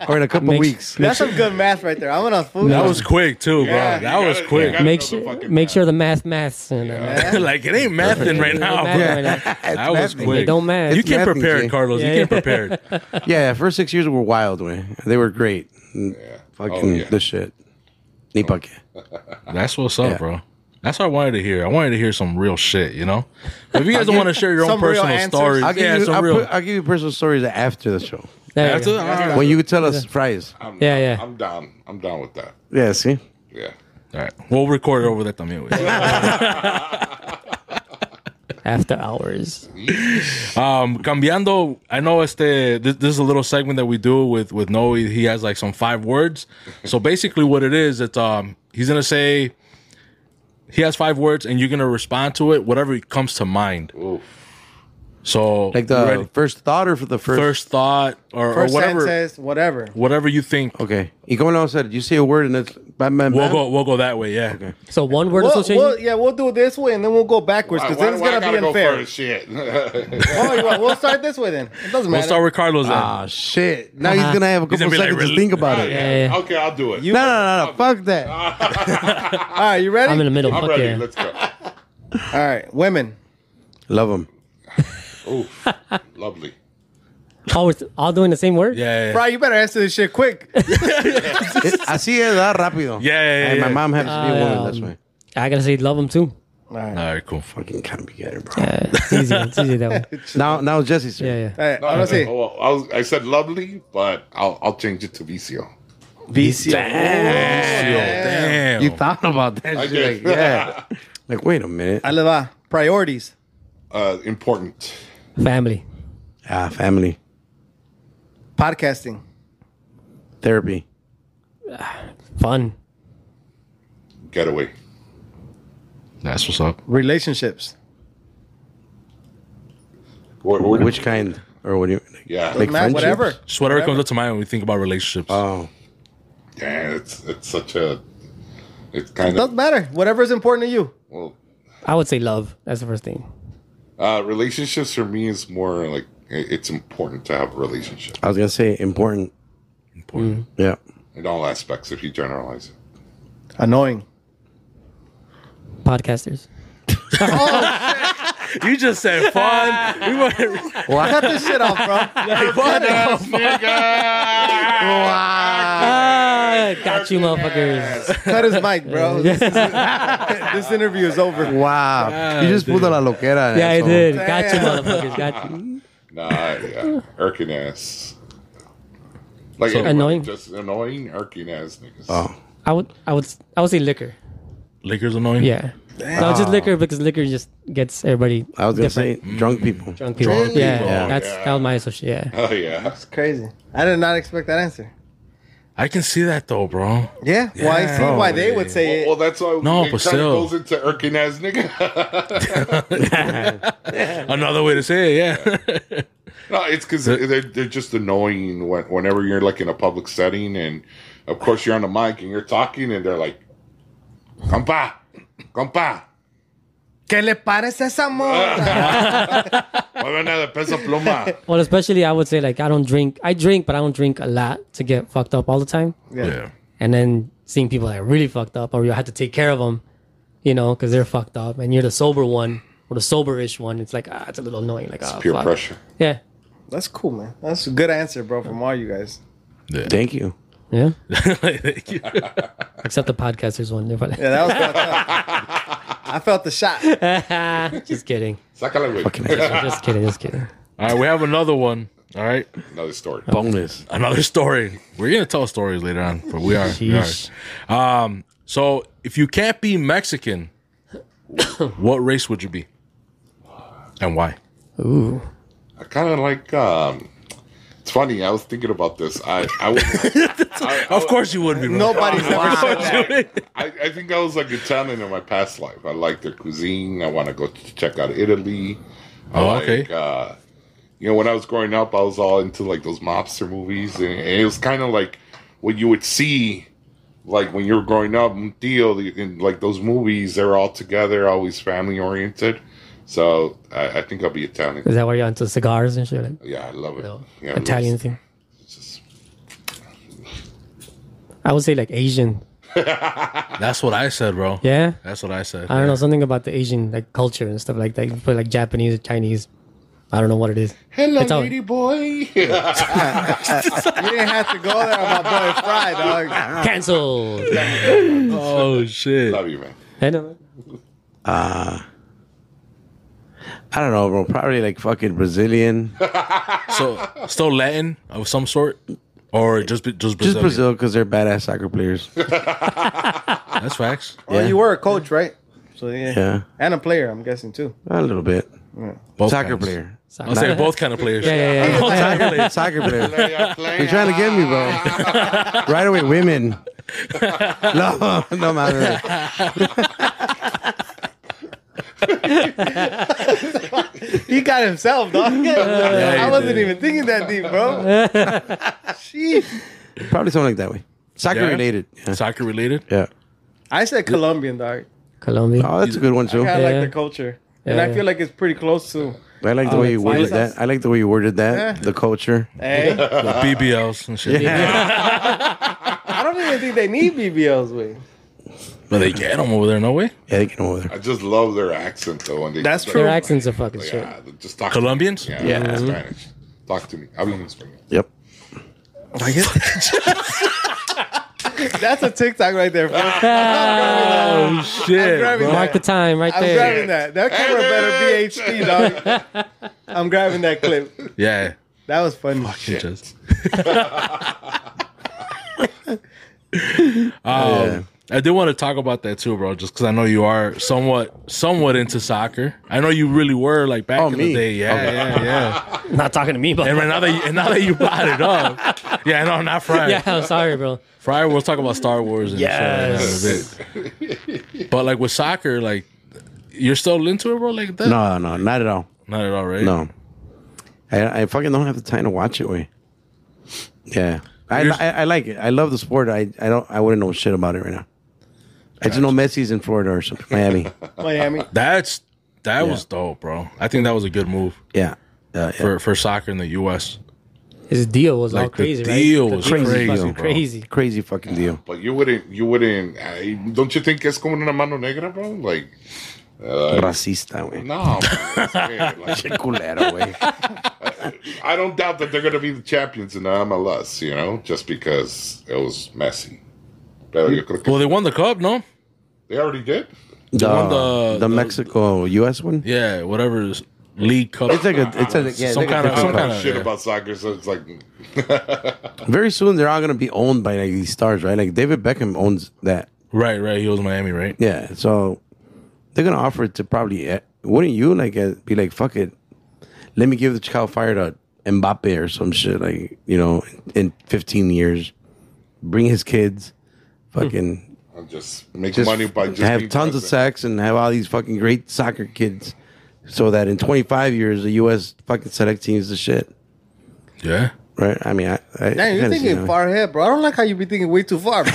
or in a couple
Makes-
weeks.
That's some good math right there. I'm gonna food.
That was quick too, bro.
Yeah,
that
you
was
gotta-
quick.
you gotta
Make
know the
sure
fucking
make
math.
sure the math maths and uh,
like it ain't mathing right
it ain't
now, bro.
mathing right now.
That was
mathing.
quick.
It don't matter.
You
It's
can't
mathing,
prepare
Jay.
it, Carlos.
Yeah,
you
yeah.
can't prepare it.
Yeah, yeah, first six years were wild, way. They were great. Fucking
Oh, yeah.
the shit. Ni pa' qué.
That's what's up,
Yeah.
bro. That's what I wanted to hear. I wanted to hear some real shit, you know. But if you guys don't want to share your own
some real
personal
answers.
stories,
I'll give,
yeah,
you,
some
I'll,
real.
put- I'll give you personal stories after the show.
there you
After-
go.
all right.
When you could tell us fries.
I'm,
Yeah, yeah.
I'm down. I'm down with that.
Yeah, see?
Yeah.
All right. We'll record it over that también. güey.
After hours.
Um, cambiando, I know it's the this, this is a little segment that we do with with Noe. He has like some five words. So basically, what it is, it's um he's gonna say he has five words, and you're gonna respond to it whatever comes to mind. So
Like
you
the
ready?
first thought or for the first?
first thought or, or
First
whatever
sentence, whatever.
whatever you think.
Okay. Y como lo said, you say a word and it's bam, bam,
We'll
bam.
go we'll go that way. Yeah.
So one word
We'll,
association.
we'll- yeah, we'll do it this way and then we'll go backwards
Why,
because
why
then
do
it's
I
gonna be
gotta go
unfair.
first? Shit.
oh, you want- we'll start this way then. It doesn't
We'll
matter.
start with Carlos then.
Ah, shit. Now he's going to have a
He's
couple
gonna be
seconds
like,
to
really?
think about it.
Yeah, yeah.
Okay, I'll do it.
No, no, no, no. Fuck that.
Ah.
All right, you ready?
I'm in the middle.
I'm
Fuck
ready.
yeah.
Let's go.
All right, women.
Love him.
Oof. Lovely.
Oh, it's all doing the same word?
Yeah. Yeah.
Bro, you better answer this shit quick.
It- Así es, da rápido.
Yeah. yeah, yeah,
And my
yeah.
mom happens to be a woman.
Um,
that's why.
I gotta say love them too.
All right. Cool.
Fucking can't be getting, bro.
Yeah, it's easy. It's easy that way.
Now, now it's Jesse's. turn.
Yeah, yeah.
All right,
No,
honestly,
oh, well, I, was, I said lovely, but I'll, I'll change it to Vicio.
VCO.
Damn.
You thought about that.
I
shit,
did.
Like, yeah. like, wait a minute.
Ahí le va. Priorities.
Uh, important.
Family.
Ah, family.
Podcasting.
Therapy.
Fun.
Getaway.
That's what's up.
Relationships.
What, what,
Which kind? Or what do you.
Yeah.
Like-
Matt,
friendships?
whatever.
Just whatever, comes up to mind when we think about relationships.
Oh.
Damn, it's, it's such a. It's kind
Doesn't
of.
matter. Whatever is important to you.
Well,
I would say love. That's the first thing.
uh, relationships for me is more like it- it's important to have a relationship
I was going to say important. Mm.
Important.
Yeah.
in all aspects if you generalize it.
Annoying.
Podcasters.
You just said fun. we were
Cut this shit off, bro.
Ah, got you, motherfuckers.
Cut his mic, bro. This, is, this interview is over.
Wow. you just pulled out a loquera.
Yeah, I
asshole.
did. Got you, motherfuckers. Got you.
Nah, yeah. irkiness. Like
So-
anybody,
Annoying?
just annoying, irkiness niggas.
Oh.
I would, I would, I would say liquor.
liquor's annoying.
Yeah. No, just liquor because liquor just gets everybody
I was going to say
different.
drunk people.
drunk people.
Drunk
yeah,
people.
yeah, that's
Yeah.
that was my association. Yeah.
Oh yeah,
It's crazy. I did not expect that answer.
I can see that though, bro.
Yeah. Well, I see
Yeah.
why they would say
well,
it.
well, that's why
No,
it
but
kinda
still.
goes into irkiness nigga.
Another way to say it, yeah.
no, it's because they're they're just annoying when, whenever you're like in a public setting, and of course you're on the mic and you're talking, and they're like, "Compa, compa."
¿Qué le parece esa
uh,
morra?
mueve una de peso pluma.
Well, especially I would say like I don't drink. I drink, but I don't drink a lot to get fucked up all the time.
yeah.
And then seeing people that are really fucked up, or you have to take care of them, you know, because they're fucked up, and you're the sober one or the soberish one. It's like ah, it's a little annoying. Like ah,
Peer
fuck.
pressure.
Yeah,
That's cool, man. That's a good answer, bro, from all you guys.
Thank you.
yeah.
Thank you.
Except the podcasters one. They're probably-
Yeah, that was kinda tough. I felt the shot.
"Ah, just kidding.
Sácala, güey.
Just kidding. Just kidding.
All right, we have another one. All right,
Another story.
Bonus.
another story. We're gonna tell stories later on, but we are. we are.
Sheesh.
Um, so if you can't be Mexican, what race would you be, and why?
Ooh.
I kind of like. um It's funny. I was thinking about this. I, I, was, I, I,
Of course, you would be. bro.
Nobody's ever said that.
I, I think I was like Italian in my past life. I like their cuisine. I want to go ch- check out Italy. I
Oh, okay.
Like, uh, you know, when I was growing up, I was all into like those mobster movies, and, and it was kind of like what you would see, like when you were growing up, un tío, the- in like those movies. They're all together, always family oriented. So I, I think I'll be Italian.
Is that why you're into cigars and shit? Like,
Yeah, I love it.
no.
Yeah, I love
Italian
it.
thing.
It's just-
I would say like Asian.
That's what I said, bro.
Yeah.
That's what I said.
I don't know something about the Asian like culture and stuff like that. You put like Japanese or Chinese. I don't know what it is.
Hello,
It's all-
lady boy. Yeah.
You didn't have to go there on my boy Fry, dog.
Cancel.
Oh shit.
love you, man.
I know.
I don't know, bro. Probably like fucking Brazilian.
So still Latin of some sort, or just just Brazilian?
Just Brazil because they're badass soccer players.
That's facts.
Well, you were a coach, right? So yeah.
Yeah.
and a player, I'm guessing too.
a little bit.
Both
Soccer
kinds.
player.
I'll say both kind of players.
Yeah, yeah, yeah.
Both soccer players.
Soccer player.
You're
You're trying to get me, bro. right away, women. no, no matter.
He got himself, dog. I wasn't even thinking that deep, bro. Jeez.
Probably something like that way. Soccer
Yeah?
related. Yeah.
Soccer related.
yeah.
I said Colombian, dog.
Colombia.
Oh, that's a good one too.
I
I
like
Yeah.
the culture, and
Yeah,
I
yeah.
feel like it's pretty close to.
like the
Oh,
way you
that's
worded
nice.
that. I like the way you worded that.
Yeah.
The culture.
Hey,
The
Uh,
BBLs and shit.
I don't even think they need BBLs, with.
But they get them over there, no way.
Yeah, they get over there.
I just love their accent though. When they,
That's
like,
true.
Their accents are fucking shit.
Oh, Yeah, just talk
Colombians?
To me. Yeah,
Yeah.
in Spanish. Talk to me. I'm in Spanish.
Yep.
That's a TikTok right there. Bro.
Oh shit. bro.
grabbing that.
Mark the time right
I'm
there.
grabbing that. That cover a better BHD, dog. I'm grabbing that clip.
Yeah.
That was funny.
It just-
Um,
Yeah.
I did want to talk about that too, bro. Just because I know you are somewhat, somewhat into soccer. I know you really were like back
Oh,
in the
me?
day. Yeah, yeah, yeah.
Not talking to me, but
And right now that you, and now that you brought it up, yeah, no, not Fry.
yeah, I'm sorry, bro.
Fry, we'll talk about Star Wars. And
Yes.
shit in a bit. but like with soccer, like you're still into it, bro. Like that?
No, no, not at all.
not at all, right?
No. I, I fucking don't have the time to watch it. Way. Yeah, I,
Here's-
I I like it. I love the sport. I I don't. I wouldn't know shit about it right now. I just know Messi's in Florida or something, Miami.
Miami.
That's that was dope, bro. I think that was a good move
yeah. Uh, yeah.
for for soccer in the U.S.
His deal was all
Like
crazy,
the
right?
deal
The
was
deal
crazy,
fucking
bro.
crazy.
Crazy fucking deal.
But you wouldn't, you wouldn't. I, don't you think it's como una mano negra, bro? Like, uh,
Racista, way.
no. it's weird. Like,
Culero, way.
I don't doubt that they're gonna be the champions in the MLS. You know, just because it was messy. Pero yo creo que-
Well, they won the cup, no?
they already did.
The,
one,
the,
the- the-
Mexico U.S. one.
Yeah, whatever is- league cup.
It's like a it's a yeah,
Some
it's like a
kinda-
different
I
some
don't
cup.
know
kinda-
shit
yeah.
about soccer, so it's like
Very soon they're all gonna be owned by like these stars, right? Like David Beckham owns that.
right, right. He was Miami, right?
Yeah, so they're gonna offer it to probably. eh, Wouldn't you like eh, be like, fuck it, let me give the Chicago Fire to Mbappe or some shit like you know in 15 years, bring his kids, fucking
I'm just make
Hmm. just
money by just
have
being
tons of
present.
sex and have all these fucking great soccer kids, so that in 25 years the U.S. fucking select team is the shit,
Yeah.
right? I mean, I, I I
Damn, you're
kinda see
thinking
how-
far ahead, bro. I don't like how you be thinking way too far, bro.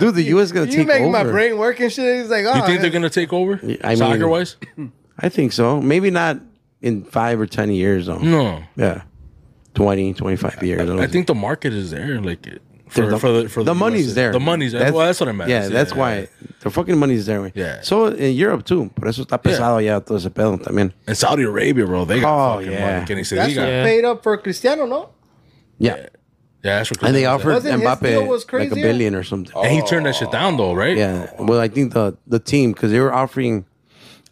dude. The U.S. is gonna
you
take
make
over.
my brain work and shit. He's like, oh,
You think they're gonna take over
I mean-
soccer wise?
I think so. Maybe not in five or 10 years though.
No,
Yeah. 20, 25 years.
I think the market is there. Like it- for
the,
for the for
the money's
USA.
there.
The money's there. well, that's what I meant.
Yeah, that's why the fucking money's there. güey.
Yeah.
So in Europe too. Por eso está pesado ya todo ese pedo también.
And Saudi Arabia, bro, they got
Oh,
fucking
yeah.
money. Can you say
that's
they
what
got? Yeah,
Yeah.
paid up for Cristiano, no?
Yeah.
that's what.
And they
Cristiano
offered
said.
Wasn't his deal was
Mbappe like a
crazier?
billion or something.
and he turned that shit down though, right?
Yeah. Well, I think the the team because they were offering.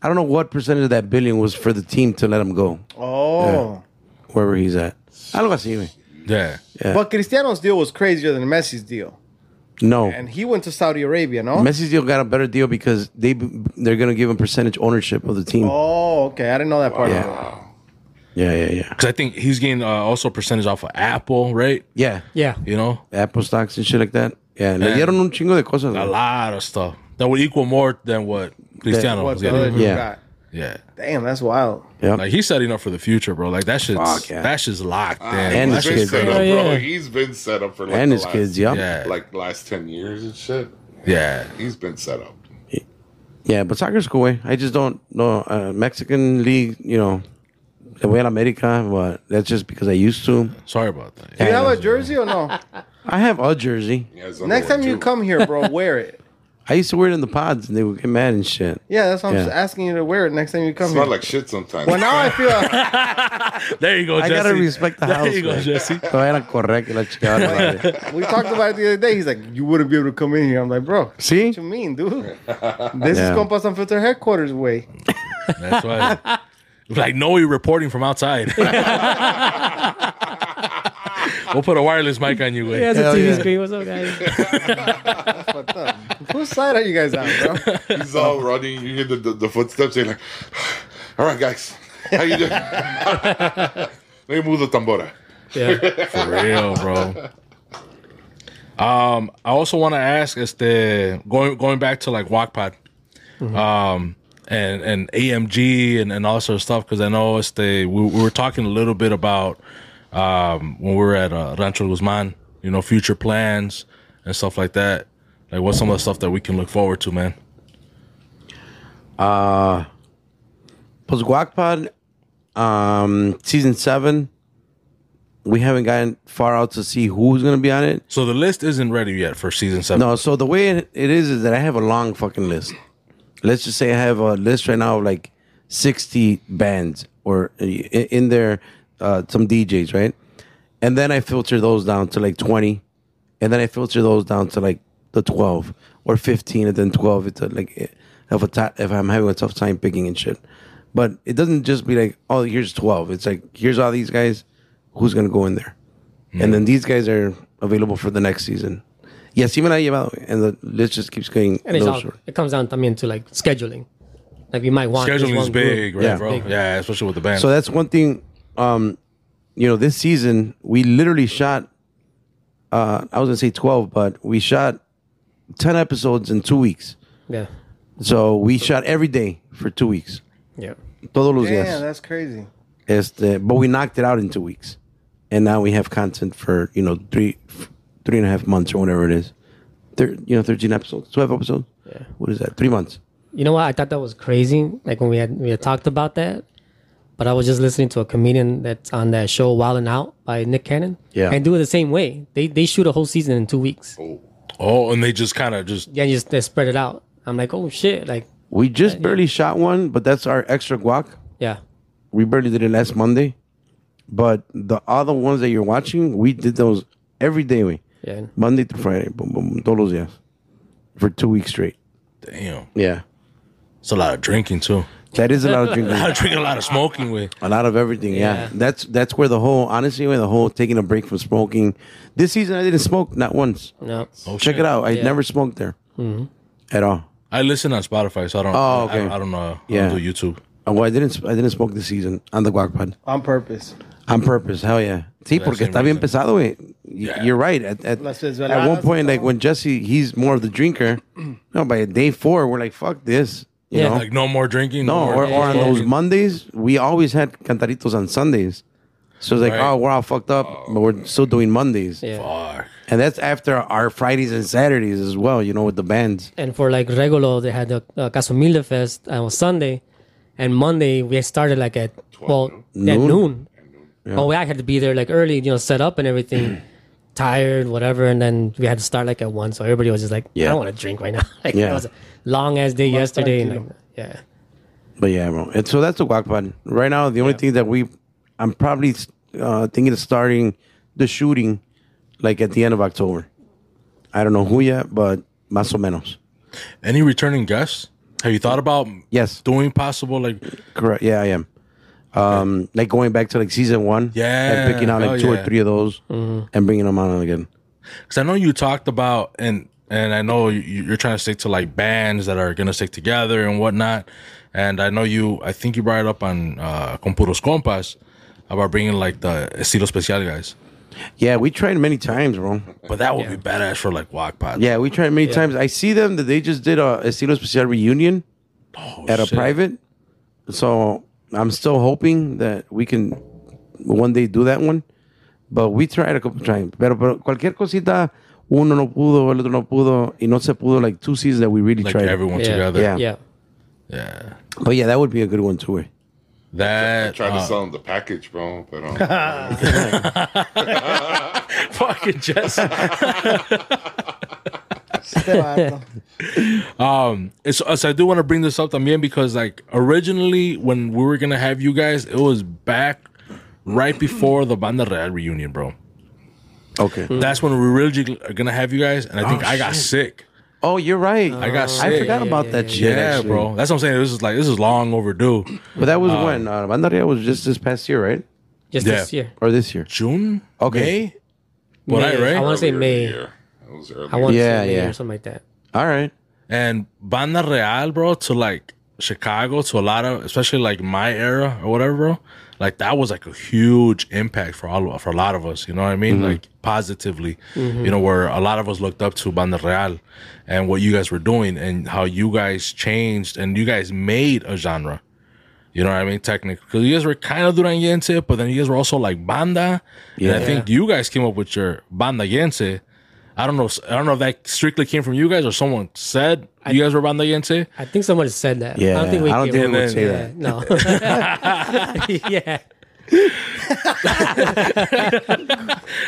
I don't know what percentage of that billion was for the team to let him go
Oh.
wherever he's at. Algo así, güey.
yeah.
But Cristiano's deal was crazier than Messi's deal.
No.
And he went to Saudi Arabia, no?
Messi's deal got a better deal because they they're gonna give him percentage ownership of the team.
Oh, okay. I didn't know that part.
Yeah. Yeah, yeah, yeah,
Because I think he's getting uh, also percentage off of Apple, right?
yeah.
Yeah.
You know,
Apple stocks and shit like that. Yeah, le
Yeah.
dieron un chingo de cosas.
a
güey.
lot of stuff that would equal more than what Cristiano
What
was
the other
getting.
dude
Yeah.
got.
Oh, Yeah.
Damn, that's wild.
Yep.
Like he's setting up for the future, bro. Like that shit's
Fuck, yeah. Uh,
that shit's locked. in.
And
he's
his
been
kids,
set
yeah.
up, bro.
Yeah.
He's been set up for like
and
the
his
last,
kids, yeah. yeah.
yeah,
like last ten years and shit.
yeah.
He's been set up.
but soccer's cool, way. I just don't know. Uh, Mexican league, you know, the way in America, but that's just because I used to.
Sorry about that.
Do you
Yeah,
have a
that's-
jersey or no?
I have a jersey.
He has
Next
underwear,
time you
too.
come here, bro, wear it.
I used to wear it in the pods and they would get mad and shit.
Yeah, that's what I'm
Yeah.
just asking you to wear it next time you come
smell
here.
like shit sometimes.
well, now I feel
There you go,
I
Jesse.
gotta respect the
there
house.
you go,
man.
Jesse.
So era correcto, la chica, ahora vale.
we talked about it the other day. He's like, you wouldn't be able to come in here. I'm like, bro,
See?
what you mean, dude? This is
Yeah.
Compas Unfiltered headquarters way.
That's why. Like no, you're reporting from outside. we'll put a wireless mic on you.
He
Wade.
has a
Hell
TV
yeah.
screen. What's up, guys?
Fucked up. Whose side are you guys on, bro?
He's all running. You hear the, the, the footsteps. You're like, all right, guys. How you doing? Let me move the tambora.
Yeah.
For real, bro. Um, I also want to ask is the going going back to like Wackpad,
Mm-hmm.
um, and and AMG and and all sort of stuff because I know it's the we, we were talking a little bit about um when we were at uh, Rancho Guzman, you know, future plans and stuff like that. Like, what's some of the stuff that we can look forward to, man?
Post Guac Pod, um, season seven. We haven't gotten far out to see who's gonna be on it.
So the list isn't ready yet for season seven.
No, so the way it it is is that I have a long fucking list. Let's just say I have a list right now of like sixty bands or uh, i- in there uh, some DJs, right? And then I filter those down to like twenty, and then I filter those down to like the twelve or fifteen, and then twelve. It's uh, like eh, if a ti- if I'm having a tough time picking and shit, but it doesn't just be like oh here's twelve. It's like here's all these guys, who's gonna go in there, and then these guys are available for the next season. Yes, even I llevado, and the list just keeps getting
And it's
little
all,
short.
it comes down, I mean, to like scheduling. Like you might want just
Scheduling is
one group.
big, right,
Yeah.
bro?
Big.
Yeah, especially with the band.
So that's one thing. Um, you know, this season we literally shot. Uh, I was gonna say twelve, but we shot ten episodes in two weeks.
Yeah.
So we shot every day for two weeks.
Yeah.
Todos los
Damn,
días.
that's crazy.
Este, but we knocked it out in two weeks, and now we have content for you know three, f- three and a half months or whatever it is. Thir- you know, thirteen episodes, twelve episodes. Yeah. What is that? Three months.
You know what? I thought that was crazy. Like when we had we had talked about that, but I was just listening to a comedian that's on that show Wild and Out by Nick Cannon.
Yeah.
And do it the same way. They they shoot a whole season in two weeks.
oh, and they just kind of just
Yeah, and just they spread it out. I'm like, oh shit, like
We just barely shot one, but that's our extra guac.
yeah,
we barely did it last Monday, but the other ones that you're watching, we did those every day. We
yeah.
Monday through Friday, boom, boom, todos los días for two weeks straight.
damn.
Yeah,
It's a lot of drinking too.
that is a lot of drinking,
I drink a lot of smoking with.
a lot of everything. Yeah.
Yeah.
that's that's where the whole honestly, where the whole taking a break from smoking. This season, I didn't smoke not once.
No,
Check it out. I
Yeah. Mm-hmm.
never smoked there at all.
I listen on Spotify, so I don't.
Oh,
I-
okay.
I, I don't know.
Yeah.
I don't do YouTube.
Oh, Well, I didn't. I didn't smoke this season on the guac pod
On purpose.
on purpose. Hell yeah. Sí,
That
porque
same
está bien
reason.
pesado. güey. Y- You're right. At, at,
Las
at one
desveladas,
point, like
no.
when Jesse, he's more of the drinker. No, by day four, we're like, fuck this. You
Yeah.
know?
Like no more drinking.
no, or, or on those Mondays, we always had cantaritos on Sundays. So it's like,
Right.
oh, we're all fucked up, but we're still doing Mondays.
yeah.
Fuck.
And that's after our Fridays and Saturdays as well, you know, with the bands.
And for like Regolo, they had the uh, Casomilde Fest on Sunday, and Monday we started like at well at
Noon?
noon. Oh, we I had to be there like early, you know, set up and everything, tired, whatever. And then we had to start like at one, so everybody was just like,
Yeah.
"I don't want to drink right now." like
Yeah.
it was a long as day yesterday. And,
tranquilo.
like, yeah,
But yeah, bro. And so that's the guac pod. Right now, the only thing that we, I'm probably uh, thinking of starting the shooting like at the end of October. I don't know who yet, but más o menos.
Any returning guests? Have you thought about
Yes.
doing possible like
Correct. Yeah, I am. Um, like going back to like season one.
Yeah,
And picking out
hell
like two
yeah. Mm-hmm.
or three of those and bringing them on again.
Because I know you talked about, and and I know you, you're trying to stick to like bands that are gonna stick together and whatnot. And I know you, I think you brought it up on uh, Compuros Compas about bringing like the Estilo Especial guys.
Yeah, we tried many times, bro.
But that would be badass for like Walk Pod.
Yeah, we tried many times. I see them that they just did a Estilo Especial reunion at a
Oh, shit.
private. So I'm still hoping that we can one day do that one. But we tried a couple times. Pero, pero cualquier cosita, uno no pudo, el otro no pudo, y no se pudo, like two seasons that we really
Like
tried.
everyone
yeah,
together.
Yeah.
yeah.
Yeah.
But yeah, that would be a good one too. eh?
That
Trying to
uh,
sell him the package, bro. But um,
fucking Jesse.
Este vato.
It's, uh, so I do want to bring this up también because like originally when we were gonna have you guys, it was back right before the Banda Real reunion, bro.
Okay.
That's when we were really gonna have you guys, and I think I got sick.
Oh, you're right.
I got sick.
I forgot
yeah,
about
yeah,
that
yeah,
shit.
Yeah,
actually.
bro. That's what I'm saying. This is like this is long overdue.
But that was when uh, Bandaria was just this past year, right?
Just
Yeah.
this year.
Or this year?
June, May?
Okay.
Well,
May.
right, right?
I want to say
earlier in the
May.
year. It was early.
I want to
Yeah,
say May
yeah.
or something like that.
All right.
And Banda Real, bro, to like Chicago, to a lot of, especially like my era or whatever, bro, like that was like a huge impact for all of, for a lot of us. You know what I mean? Like positively, you know, where a lot of us looked up to Banda Real and what you guys were doing and how you guys changed and you guys made a genre. You know what I mean? Technically, because you guys were kind of duranguense, but then you guys were also like banda. Yeah. And I think you guys came up with your banda yense. I don't know. I don't know if that strictly came from you guys or someone said you guys were banda yense.
I think someone said that.
Yeah,
I don't think we
I don't
came
think
up
we would
with
say
that. No. yeah.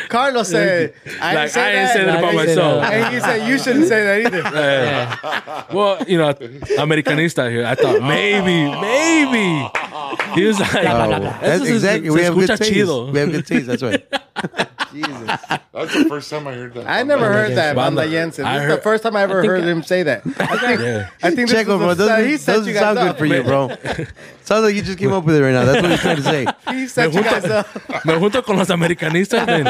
Carlos said, I
Like
didn't say
I ain't saying it
that.
I
about
didn't say
myself.
that.
And he said, you shouldn't say that either.
yeah.
Well, you know, Americanista here. I thought maybe, maybe he was like,
That's
"Eso se-
exactly.
se
We have good
escucha
taste.
chido."
We have good taste. That's right.
Jesus.
That's the first time I heard that.
I never heard that,
Banda.
Banda Jensen.
I
This is the
heard-
first time I ever heard him say that. I think,
Yeah.
I think this is
Checo, bro.
the- he
Doesn't,
set
doesn't
you guys
sound good
up.
for you, bro. Sounds like you just came up with it right now. That's what he's trying to say.
He set you guys up.
Me junto con los americanistas. Then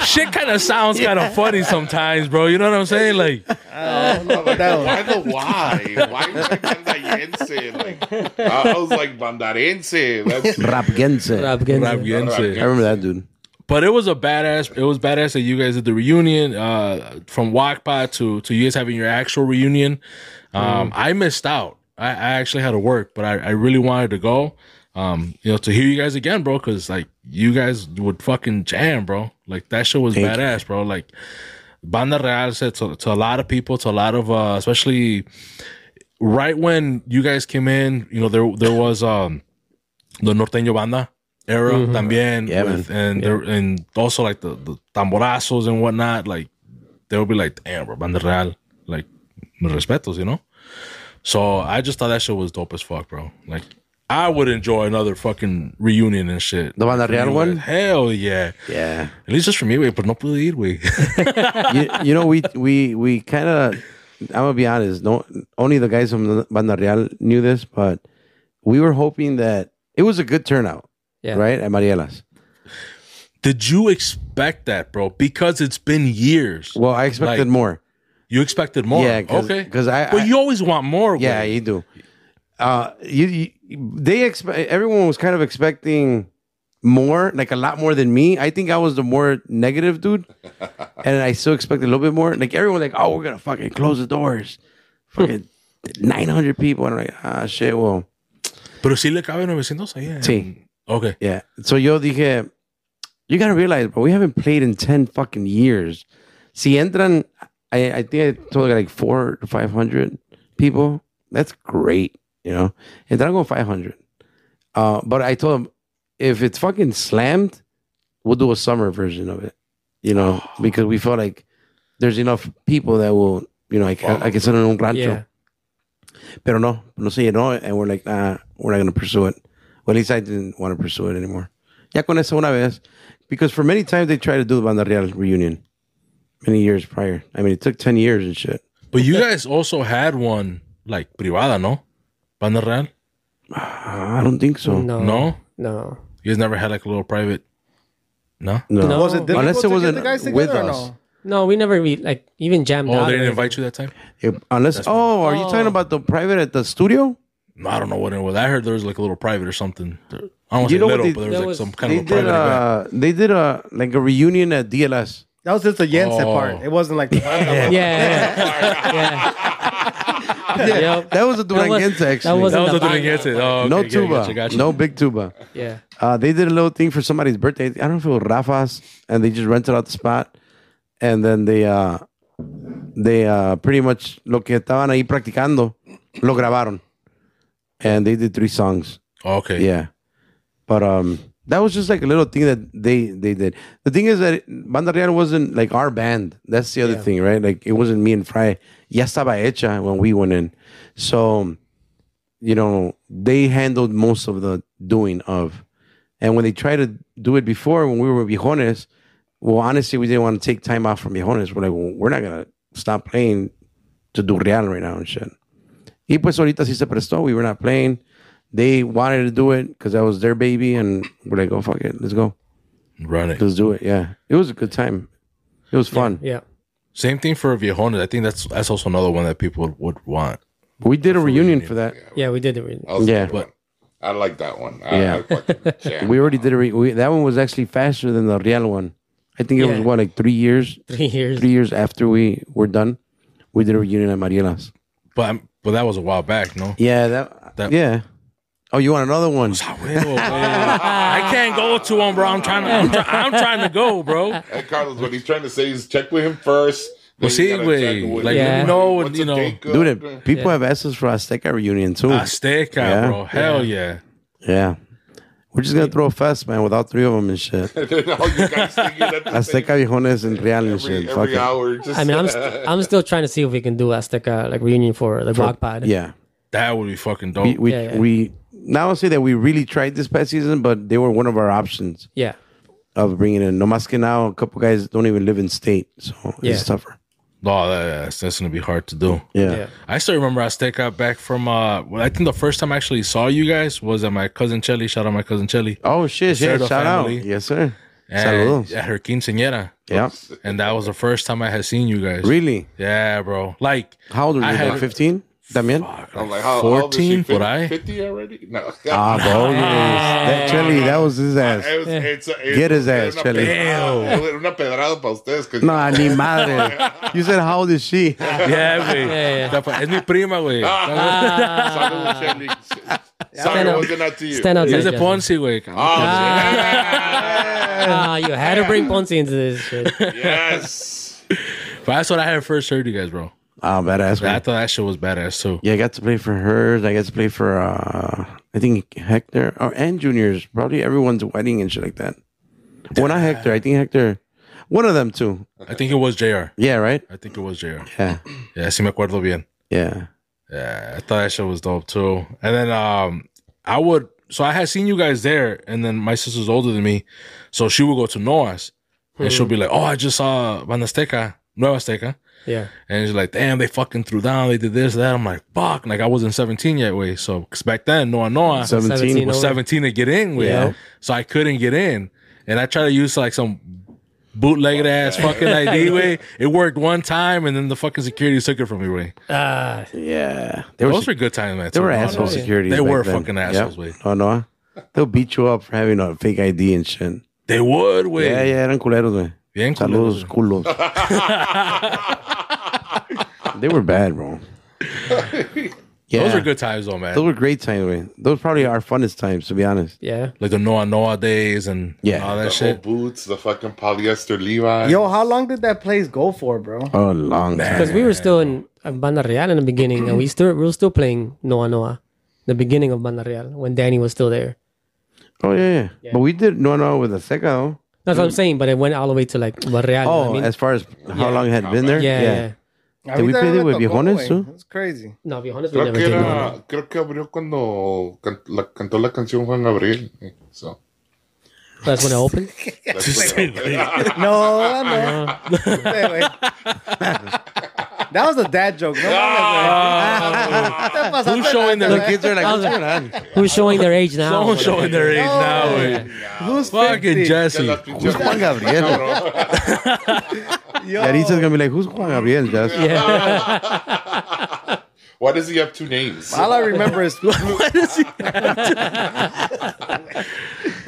shit kind of sounds kind of funny sometimes, bro. You know what I'm saying? Like, Oh,
That one.
Why the why? Why am I bandarense? Like, I I was like bandarense. That's
Rapgense.
Rob Genzer.
Rapguense.
I remember that dude.
But it was a badass. It was badass that you guys did the reunion uh, from Wakpa to to you guys having your actual reunion.
Mm.
Um, I missed out. I, I actually had to work, but I, I really wanted to go. Um, you know, to hear you guys again, bro, because like you guys would fucking jam, bro. Like that shit was badass, bro. Like Banda Real said to, to a lot of people, to a lot of uh, especially right when you guys came in, you know, there there was um the Norteño Banda era también
Mm-hmm. Yeah,
with, and there and also like the, the tamborazos and whatnot, like they'll be like, damn bro, Banda Real, like me respetos, you know? So I just thought that shit was dope as fuck, bro. Like I would enjoy another fucking reunion and shit.
The Banda
From you
Real one?
guys. Hell yeah.
Yeah.
At least just for me, wait, but no pude ir, güey.
you, you know, we we we kind of. I'm gonna be honest. No, only the guys from Banda Real knew this, but we were hoping that it was a good turnout,
Yeah.
right? At Mariela's.
Did you expect that, bro? Because it's been years.
Well, I expected
Like-
more.
You expected more.
Yeah, 'cause-
okay.
'cause I-
But
I-
you always want more.
Yeah,
Wade.
you do. Uh, you, you they expect everyone was kind of expecting more, like a lot more than me. I think I was the more negative dude, and I still expected a little bit more. Like everyone, was like, oh, we're gonna fucking close the doors, fucking nine hundred people, and I'm like, ah, shit. Well,
Pero sí le cabe 900 ahí. en-
Sí.
Okay.
yeah. So yo dije, you gotta realize, bro, we haven't played in ten fucking years. Si entran, I, I think I told you like four to five hundred people. That's great, you know. Entraron con five hundred. Uh, but I told him if it's fucking slammed, we'll do a summer version of it, you know, because we felt like there's enough people that will, you know, I, can I can send it on un rancho.
Yeah.
Pero no, no se llenó, and we're like, nah, we're not going to pursue it. Well, at least I didn't want to pursue it anymore. Ya con eso una vez, because for many times they tried to do the Banda Real reunion, many years prior. I mean, it took 10 years and shit.
But you guys also had one like privada, ¿no? Banda Real?
Ah, I don't think so.
No.
No?
No.
You guys never had like a little private. No?
No.
No.
Was it difficult
Oh, Unless it
to get
wasn't
the guys together
with
or
us.
no?
No, we never re- like even jammed
Oh,
out.
they didn't
or
invite you that time?
If- unless, oh, are you talking about the private at the studio?
No, I don't know what it was. I heard there was like a little private or something. I don't want to say
You know what
little,
they-
but there was
There
like
was-
some kind
They
of a private
did, uh, they did a like a reunion at DLS.
That was just the Jensen
Oh.
part. It wasn't like the
anything. Yeah. yeah. yeah. Yep.
That was a Duranguense, actually.
event. That was
the
what they didn't get it. Oh, okay,
no
yeah,
tuba,
gotcha, gotcha.
no big tuba.
Yeah.
Uh, they did a little thing for somebody's birthday. I don't know if it was Rafa's, and they just rented out the spot, and then they uh, they uh, pretty much lo que estaban ahí practicando lo grabaron, and they did three songs.
Okay.
Yeah, but um, that was just like a little thing that they they did. The thing is that Banda Real wasn't like our band. That's the other thing, right? Like it wasn't me and Fry. Ya estaba hecha when we went in, so you know they handled most of the doing of. And when they tried to do it before, when we were with Vijones, well, honestly, we didn't want to take time off from Vijones. We're like, well, we're not gonna stop playing to do Real right now and shit. Y pues ahorita sí se prestó. We were not playing. They wanted to do it because that was their baby, and we're like, oh fuck it, let's go,
Running.
let's do it. Yeah, it was a good time. It was fun.
Yeah.
Same thing for Viejones. I think that's that's also another one that people would, would want.
We did a reunion for that.
Yeah, we did it. Really.
That was a
Yeah.
good one. I like that one. I,
Yeah.
I fucking jam.
We already did a re- we, that one was actually faster than the Real one. I think it was
Yeah.
what like three years,
Three years.
three years after we were done. We did a reunion at Mariela's.
But I'm- but that was a while back, no?
Yeah, that,
That-
yeah. Oh, you want another one?
Whoa, man. I can't go to one, bro. I'm trying to. I'm, try, I'm trying to go, bro.
Hey, Carlos, what he's trying to say is check with him first. then
Well,
you
see,
gotta
wait,
check with
like,
him.
let me
know,
What's
you
the
know.
date good?
Dude, it- people have asked us for a Azteca reunion too.
Ah,
Azteca,
Yeah.
bro. Hell yeah.
yeah. We're just gonna throw a fest, man, without three of them and shit.
Then all you guys thinking at the same
Azteca Viejones and Real and
every,
shit. Fuck
every
it.
hour. Just,
I mean, I'm st- I'm still trying to see if we can do Azteca like reunion for the Rock Pod.
Yeah.
That would be fucking dope.
We we,
Yeah, yeah.
we now I'll say that we really tried this past season, but they were one of our options
yeah.
of bringing in. No más que now, a couple guys don't even live in state, so
Yeah.
it's tougher.
No, that- that's, that's gonna be hard to do.
Yeah.
Yeah.
I still remember Azteca back from. uh well, I think the first time I actually saw you guys was at my cousin Chelly. Shout out my cousin Chelly.
Oh shit! Yeah,
Cerdo
shout out.
family.
Yes, sir.
And
Saludos.
at her quinceañera,
Yeah.
and that was the first time I had seen you guys.
Really?
Yeah, bro. Like,
How old
I
are you?
had-
Fifteen? También?
I'm like, how, 14? How old is
14?
she? 50,
Would I?
50 already? No.
Ah, bogus. That Chelly, that was his ass.
It was, it's a, it,
Get his
it's
ass,
una
Chelly.
pedrada- Una pedrada para ustedes. 'cause-
No, ni madre. You said how old is she?
yeah, güey.
yeah,
That part- Es mi prima, güey.
Saludos, Chelly. Sorry,
Stand
it
up.
wasn't up to you.
Stand outside.
Es de
Justin.
Ponce, güey.
Oh,
Ah, you had to bring Ponce into this shit.
shit. Yes.
But that's what I had first heard you guys, bro.
Ah, badass.
I
man.
thought that shit was badass too.
Yeah, I got to play for hers. I got to play for uh I think Hector or and Junior's, probably everyone's wedding and shit like that. Well, not Hector. I think Hector, one of them too.
I think it was Jr.
Yeah, right.
I think it was Jr.
Yeah,
Yeah, sí me acuerdo bien.
yeah.
Yeah, I thought that shit was dope too. And then um, I would. So I had seen you guys there, and then my sister's older than me, so she would go to Noah's, and she'll be like, "Oh, I just saw Bandasteca, Nueva Azteca,"
Yeah.
and she's like, "Damn, they fucking threw down. They did this, that." I'm like, "Fuck!" Like I wasn't 17 yet, way. So because back then, Noah Noah
Seventeen.
was
Noah.
17 to get in with,
Yeah.
so I couldn't get in, and I tried to use like some bootlegged ass fucking ID way. It worked one time, and then the fucking security took it from me, way.
Ah,
Yeah, they were
Those were good times, man.
they were
too.
asshole
yeah.
security.
They
back
were
then.
fucking
Yep.
assholes, wait.
Oh no, they'll beat you up for having a fake ID and shit.
They would, wait.
Yeah, yeah, eran culeros, güey.
Bien
Saludos,
culeros.
culos. they were bad, bro. Yeah.
Those are good times, though, man.
Those were great times, man. Those probably are our funnest times, to be honest.
yeah.
Like the Noah Noah days and
Yeah.
all that
The whole
shit.
boots, the fucking polyester Levi's.
Yo, how long did that place go for, bro?
Oh, long time.
Because we were still in uh, Banda Real in the beginning, and we still we were still playing Noa Noa, the beginning of Banda Real when Danny was still there.
Oh yeah, yeah. But we did no no with the second. though.
That's what I'm saying. But it went all the way to like Barreal.
Mm. Oh,
I mean,
as far as how long it had been there.
yeah, yeah, yeah.
A
Did
mí
we
también
play
me
it with
tocó,
Viejones,
güey.
too?
It's crazy.
No, be honest, we
Creo
never
que,
did Noa.
era, creo que abrió cuando can- la- cantó la canción Juan Gabriel. eh, So,
That's when it opened.
that's what it-
No, no. Anyway. That was a dad joke. No,
Who's showing their
Ah. The kids are like, what's going on?
Who's showing their age now?
Someone showing their age
No.
now, wait.
Who's
Fucking
50?
Ya
Jesse.
las pinches-
Juan Gabriel.
Cabrón.
Yo.
Yaritza's gonna be like, who's Juan Gabriel? Just
Yeah.
Why does he have two names?
All I remember is blue,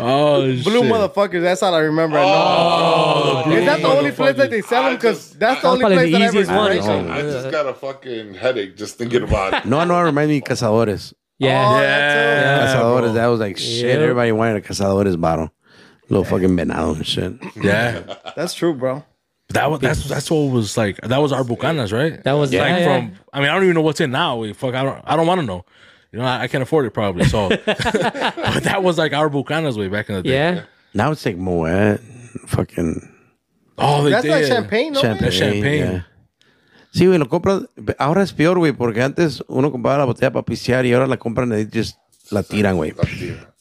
Oh,
blue
shit.
motherfuckers. That's all I remember. Oh, is that the only place that they sell them? Because that's the
That's
only
probably
place
the
that I ever
easiest one.
tried.
I just got a fucking headache just thinking about it.
no no remind me of Cazadores.
Yeah.
Oh,
Yeah.
that's
Cazadores. That was like shit.
Yep.
Everybody wanted a Cazadores bottle. Little fucking venado and shit.
Yeah.
all. That's true, bro.
That was that's that's what was like that was our bucanas, right?
That was-
like
yeah, yeah.
from I mean, I don't even know what's in now. We fuck I don't I don't wanna know. You know, I, I can't afford it probably. So but that was like our bucanas way back in the day.
Yeah.
Now it's like Moet, fucking
Oh they
That's
did.
like champagne, no?
champagne.
Champagne.
champagne.
yeah. Sí, güey, lo compras. Ahora es peor, güey, porque antes uno compraba la botella para pisear y ahora la compran y just la tiran, güey.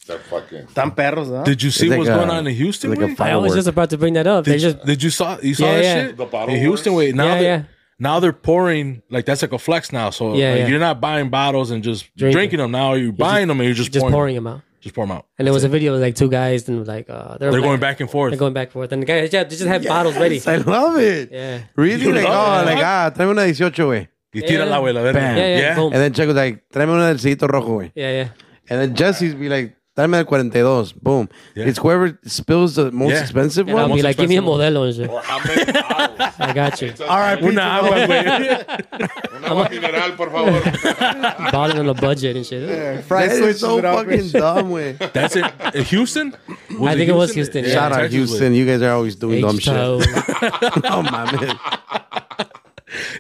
That fucking.
Están perros, huh?
Did you see
It's like
what's
a-
going on in Houston?
like a
way?
fire-
I was just about to bring that up. They
Did,
just
you, did you saw you saw
Yeah,
that
yeah.
shit?
The bottle
in Houston,
wars?
wait now
Yeah,
they,
yeah.
now they're pouring like that's like a flex now. So
Yeah,
like,
yeah.
you're not buying bottles and just
Drinking.
drinking them now. You're, buying them and you're just,
just
pouring.
pouring them out.
Just pour them out.
And there was a video of like two guys and like uh, they're,
They're going back and forth.
They're going back and forth, and the guys yeah, they just have bottles ready.
I love it.
Yeah.
Really?
You
like,
love
oh,
it,
like, ah, tráeme una 18, güey.
You tira
yeah.
la abuela, verga.
Bam.
Yeah, yeah,
Yeah.
boom.
And then Checo's like, tráeme una del cedito rojo, güey.
yeah, yeah.
And then Jesse's be like, tráeme el 42. Boom. It's whoever spills the most
Yeah.
expensive
And I'll
one.
be
Most
like, give me a
expensive one.
modelo and shit.
Or how many bottles?
I got you.
All right,
Una agua, güey.
Una agua mineral, por favor.
Bottle on a budget and shit.
That
Fried
is
switches
so
it up and
fucking
shit.
dumb, güey.
That's it. Uh, Houston?
I think it was Houston, yeah.
Shout out
Texas was.
Houston. You guys are always doing dumb shit.
H-toe.
oh, my man.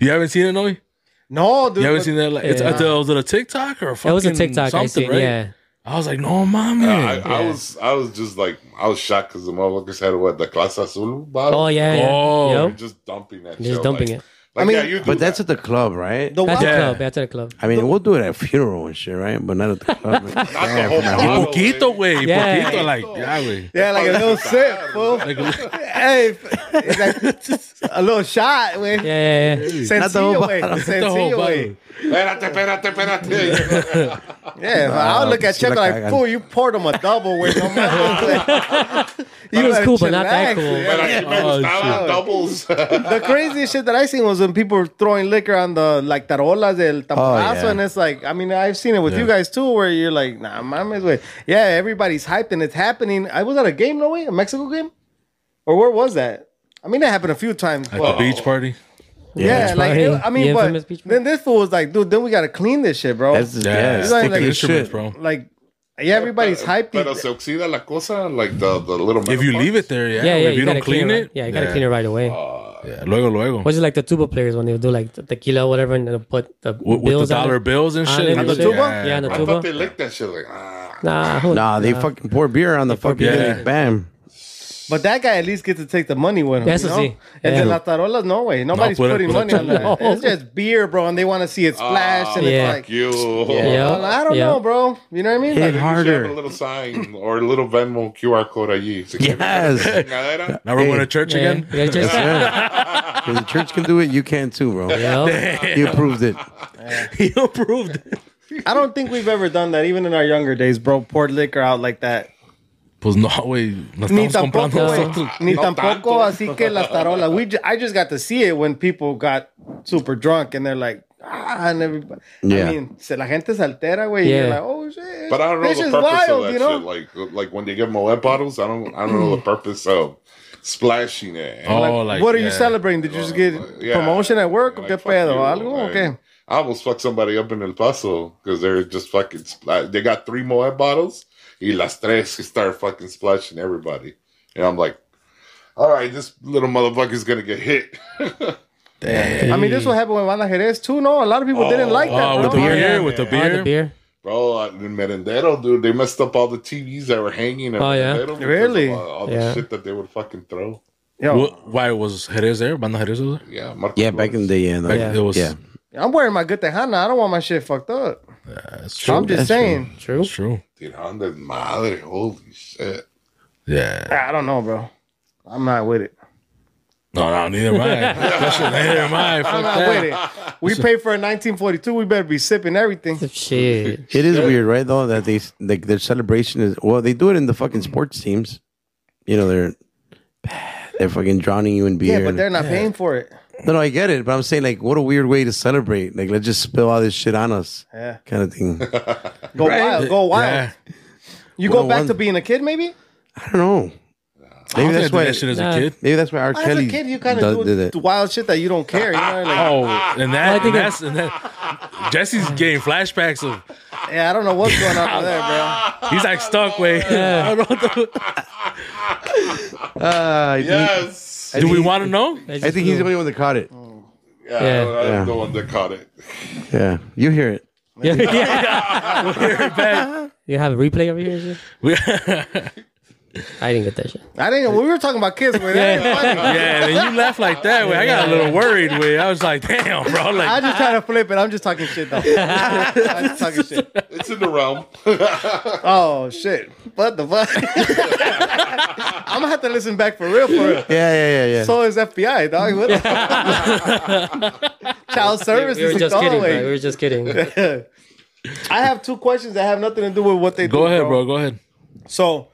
You haven't seen it, Noe?
No, dude.
You haven't
but-
seen that? Like, it's,
Yeah.
uh, was it a TikTok or a fucking
That was a TikTok I
something,
seen.
right?
Yeah.
I was like, no, mommy.
I, I was, I was just like, I was shocked because the motherfuckers had what the Clase Azul bottle.
Oh yeah. yeah.
Oh.
Yup.
They're just dumping that.
Just
shit,
dumping
like-
it.
Like,
I mean-
yeah, you do
But that's
that.
at the club, right?
The
That's
one,
a
Yeah.
club. That's a club.
I mean, we'll do it at a funeral and shit, right? But not at the club. Not
the whole bottle.
Poquito, güey.
Yeah.
Poquito, like, yeah, güey.
yeah, like a little sip, fool. hey, it's like a little shot, güey.
Yeah, yeah, yeah.
Not the whole
Sencillo, güey.
bottle.
The whole
Sencillo, güey.
bottle.
Espérate, espérate, espérate.
Yeah, but I would look at
sí la
Checo like,
cagan.
fool, you poured him a double, güey. No matter.
That was
gotta
cool, but not
chillax,
that cool.
yeah.
Espérate, aquí me
Oh,
gustaban
shit.
doubles.
the craziest shit that I seen was when people were throwing liquor on the like tarolas
Oh,
del tamborazo,
yeah.
and it's like, I mean, I've seen it with you guys too, where you're like, nah, mames, way. Yeah, everybody's hyped and it's happening. I was at a game, no way, a Mexico game, or where was that? I mean, that happened a few times.
At
but-
the beach party.
yeah,
Beach
like
party,
it- I mean,
the infamous
but
beach party.
then this fool was like, dude, then we gotta clean this shit, bro.
That's yeah,
Yeah.
It's like-
sticky
like-
Instruments,
shit.
bro.
like, yeah, everybody's hyped.
Pero se oxida la cosa, like the, the little.
If you leave it there, yeah.
Yeah, yeah.
if you,
gotta
don't clean
right-
it,
Yeah, you gotta clean it right away.
yeah, luego, luego.
Was it like the tuba players when they would do like the tequila or whatever and they'll put the
With, with the
bills on
dollar
it?
bills and
on
shit.
it
On
and
the
shit.
tuba?
Yeah, on the
I
tuba.
thought they licked that shit. Like, ah.
Nah, who-
Nah, they fucking pour beer on the fucking
beer.
thing. Bam.
But that guy at least gets to take the money with him.
Eso
you know?
sí.
And
Yeah.
then las tarolas, no way. Nobody's
No, put it-
putting
put it-
money on that.
No.
It's just beer, bro, and they want to see it splash. and
Yeah.
it's like,
You.
Yeah.
well, I don't
Yeah.
know, bro. You know what I mean? Like,
Hit
Harder. Have a
harder.
little sign or a little Venmo QR code allí. Si quieres.
Yes.
Chingadera.
Now we're going to
Hey.
church
Yeah.
again?
Yeah, just-
Yeah. If the church can do it, you can too, bro.
yeah.
You proved it.
He approved it.
I don't think we've ever done that, even in our younger days, bro. Poured liquor out like that.
Pues no, güey. Nos
Ni
estamos comprando
tampoco, güey.
nosotros.
Ni
No
tampoco,
tanto.
así que las tarolas. We ju- I just got to see it when people got super drunk and they're like, ah, and everybody.
Yeah.
I mean, se la gente se altera, güey. Yeah. You're
Yeah.
like, oh, shit.
But I don't know
this
the
is
purpose
wild,
of that
you know?
shit. Like, like when they give Moet bottles, I don't, I don't know the purpose of splashing it. And,
Oh, like,
what are
yeah.
you celebrating? Did you just get
yeah.
promotion at work?
Like,
¿Qué
fuck
pedo?
you,
¿Algo?
like,
Okay.
I almost fucked somebody up in El Paso because they're just fucking. Spl- they got three Moet bottles. Y las tres start fucking splashing everybody, and I'm like, all right, this little motherfucker's gonna get hit.
I mean, this will happen with Banda Jerez too. No, a lot of people didn't
Ah,
like that.
Oh, with the
bro.
beer,
yeah.
with the
Oh,
beer.
the beer.
Bro, uh, in Merendero, dude, they messed up all the TVs that were hanging. At
Oh, yeah?
Merendero because
Really?
of All, all
Yeah.
the shit that they would fucking throw.
Yo,
Wh- Why was Jerez there? Banda Jerez was there?
Yeah, Marco
Yeah, back in the
Flores.
day, yeah. like-
Like, It was,
yeah.
I'm wearing my good Tejana. I don't want my shit fucked up.
That's true.
I'm just
that's
saying.
True.
It's true.
Tirando el madre, holy shit.
Yeah.
I don't know, bro. I'm not with it.
No, no, neither am I. That shit, neither am I. Fuck
I'm not
that.
with it. We paid for a 1942. We better be sipping everything.
Shit.
It is weird, right? Though that they like their celebration is well, they do it in the fucking sports teams. You know, they're they're fucking drowning you in beer.
Yeah, but they're not paying for it.
no, no, I get it. But I'm saying like, what a weird way to celebrate. Like, let's just spill all this shit on us,
Yeah.
kind of thing. I
Go wild. Go wild.
Yeah.
You go
Well,
back
one-
to being a kid, maybe?
don't know.
I
Maybe
don't think I
that's
did
why.
that shit as
Nah.
a kid.
Maybe that's why R.
As
Kelly
a kid, you kind
does-
of
did
do
it.
the wild shit that you don't care. You know? like,
Oh, and that,
think
and
I-
that's, and that, Jesse's getting flashbacks of,
yeah, I don't know what's going on over there, bro.
he's like stuck, way.
Yeah.
Ah, I think-
Yes.
Do we want to know?
I think he's the only one that caught it.
Oh.
Yeah,
Yeah.
I'm
Yeah.
the one that caught it.
Yeah, you hear it.
Yeah, yeah. you have a replay over here. Shit?
We-
I didn't get that shit.
I didn't. We were talking about kids. But that ain't funny.
Yeah, and then you left like that way. I got a little worried way. I was like, damn, bro.
I
Like,
just try to flip it. I'm just talking shit though. I'm just talking shit.
It's in the realm.
Oh shit! What the fuck? I'm gonna have to listen back for real, for real.
Yeah, yeah, yeah, yeah.
So is FBI, dog. What the fuck? Child
We were
services.
just
all the
kidding. bro. We
way.
were just kidding.
I have two questions that have nothing to do with what they
Go
do,
ahead, bro. Go ahead.
So,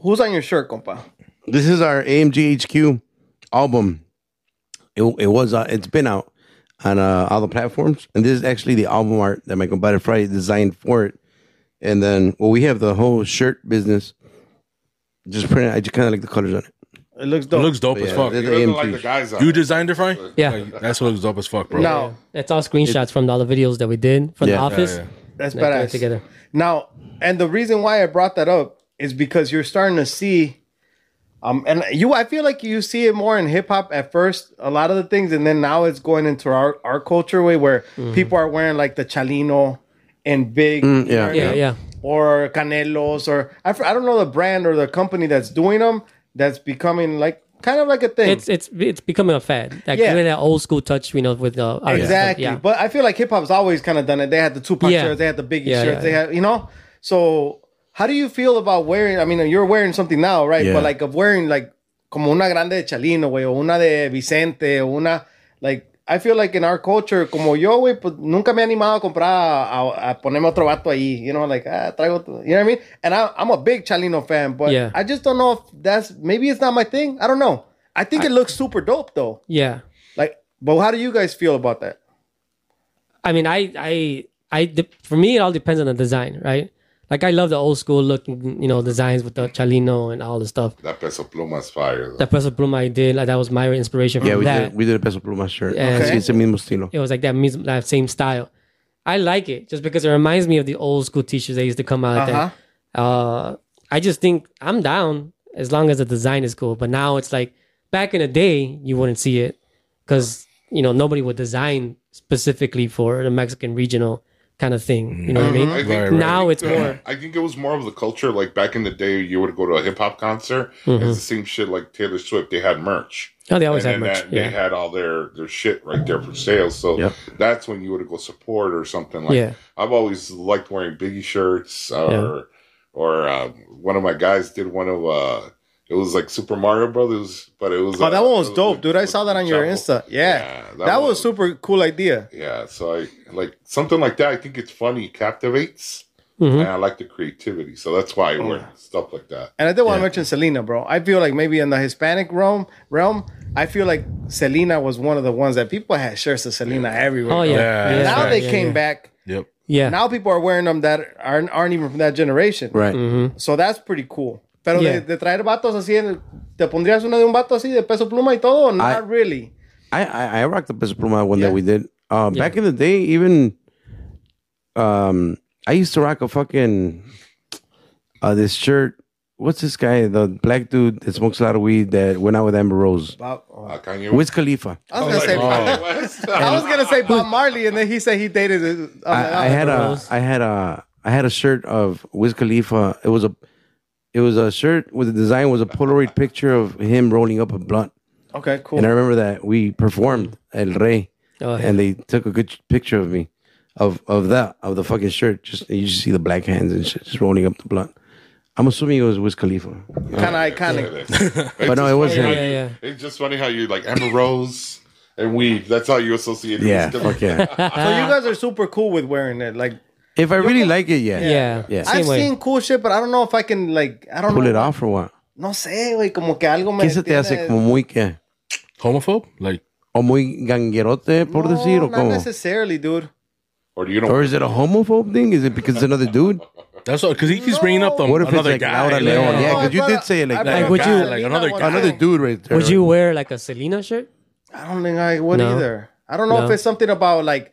who's on your shirt, compa?
This is our AMG HQ album. It, it was uh, it's been out on uh, all the platforms, and this is actually the album art that my compadre Friday designed for it. And then, well, we have the whole shirt business. Just print it. I just kind of like the colors on it.
It looks
It
dope.
looks dope as
Yeah,
fuck.
this-
It doesn't
AMG.
like the guys out
You
there.
designed it, Fry?
Yeah.
That's what looks dope as fuck, bro.
now
That's all screenshots from all the videos that we did from the
Yeah.
office.
Yeah, yeah.
that's
They put it
badass.
together.
Now, and the reason why I brought that up is because you're starting to see, um, and you, I feel like you see it more in hip hop at first, a lot of the things, and then now it's going into our our culture way where
Mm.
people are wearing like the Chalino and big,
Yeah,
Yeah, yeah.
or Canelos, or I, f- I don't know the brand or the company that's doing them. That's becoming like kind of like a thing.
It's it's it's becoming a fad. Like
Yeah.
yeah. that old school touch, you know, with the artists.
Exactly.
Yeah.
But I feel like hip hop's always kind of done it. They had the Tupac
Yeah.
shirts, they had the Biggie
Yeah,
shirts,
yeah,
they
yeah.
had, you know? So, how do you feel about wearing? I mean, you're wearing something now, right?
Yeah.
But like, of wearing like, como una grande de Chalino, güey, o una de Vicente, o una, like, I feel like in our culture, como yo, güey, pues nunca me he animado a comprar, a, a ponerme otro vato ahí, you know, like, ah, traigo, tu-" you know what I mean? And I, I'm a big Chalino fan, but
Yeah.
I just don't know if that's, maybe it's not my thing. I don't know. I think it looks super dope though.
yeah.
Like, but how do you guys feel about that?
I mean, I, I, I, de- for me, it all depends on the design, right? Like, I love the old school looking, you know, designs with the Chalino and all the stuff.
That peso pluma's fire. though.
That Peso Pluma I did, like, that was my inspiration from
Yeah, we
that.
did, we did a peso pluma shirt.
Yeah.
It's- It's el mismo estilo.
It was like that, mis- that same style. I like it just because it reminds me of the old school t-shirts that used to come out.
Uh-huh.
uh Uh, I just think I'm down as long as the design is cool. But now it's like back in the day, you wouldn't see it because you know nobody would design specifically for the Mexican regional kind of thing. You know what I mean?
I think-
Right, right.
Now it's
Yeah,
more.
I think it was more of the culture. Like back in the day, you would go to a hip hop concert.
Mm-hmm.
It's the same shit. Like Taylor Swift, they had merch.
Oh, Mm-hmm. they always
and
have
then
merch.
that-
Yeah.
They had all their their shit right there for sale. So
Yep.
that's when you would go support or something like.
Yeah.
I've always liked wearing Biggie shirts or or um, one of my guys did one of uh it was like Super Mario Brothers, but it was
Oh,
uh,
that one was
it
dope,
with-
dude. I
with
saw that on your
Chapel.
Insta. Yeah.
Yeah,
that, was, super cool idea.
Yeah, so I like something like that. I think it's funny, captivates,
Mm-hmm.
and I like the creativity. So that's why
Oh,
I wear stuff like that.
And I did want to mention Selena, bro. I feel like maybe in the Hispanic realm, realm, I feel like Selena was one of the ones that people had shirts of Selena everywhere.
Oh
bro.
yeah.
Yeah.
yeah.
Now
yeah,
they
yeah,
came
yeah.
back.
Yep.
Yeah.
Now people are wearing them that aren't, aren't even from that generation.
Right.
Mm-hmm.
So that's pretty cool. Pero
Yeah.
de, de traer vatos así, en- ¿te pondrías uno de un vato así de peso pluma y todo? Not
I-
really.
I, I I rocked the peso pluma one
Yeah.
that we did. Uh, Back in the day, even um, I used to rock a fucking uh, this shirt. What's this guy? The black dude that smokes a lot of weed that went out with Amber Rose.
Bob- oh.
Uh, Kanye Oh.
Wiz Khalifa.
I was gonna say,
Kanye West.
I was gonna say Bob Marley, and then he said he dated. I'm like,
I, I
oh,
had a
Rose.
I had a I had a shirt of Wiz Khalifa. It was a it was a shirt with the design was a Polaroid picture of him rolling up a blunt.
Okay, cool.
And I remember that we performed El Rey,
Oh, yeah.
and they took a good picture of me, of of that of the fucking shirt. Just you just see the black hands and shit, just rolling up the blunt. I'm assuming it was Wiz Khalifa.
kind of iconic.
but
no, it was
him.
yeah,
Yeah, yeah,
It's just funny how you like Amber Rose and weed. That's how you associate.
Yeah,
with
fuck yeah.
So you guys are super cool with wearing it. Like
If I really like it, yeah,
yeah.
Yeah.
Same
I've
way.
seen cool shit, but I don't know if I can like I don't
pull
know.
it off or what?
No sé, güey, como que algo me.
¿Qué se te hace
tiene-
como muy que
Homophobe? Like,
o muy ganguerote por decir
no,
o
not
como?
necessarily, dude.
Or you don't.
Or is it a homophobe thing? Is it because it's another dude?
that's all. Because he keeps bringing up the
What if it's
another
like
guy.
Laura
like- uh,
Leon? Yeah,
No, I
'cause you
brought
did
up-
say it like
I
that.
brought
Like, would
up
you-
Selena
like another-
one
Another
time.
dude right there.
Would you wear like a Selena shirt?
I don't think I would
No.
either. I don't know
No.
if it's something about like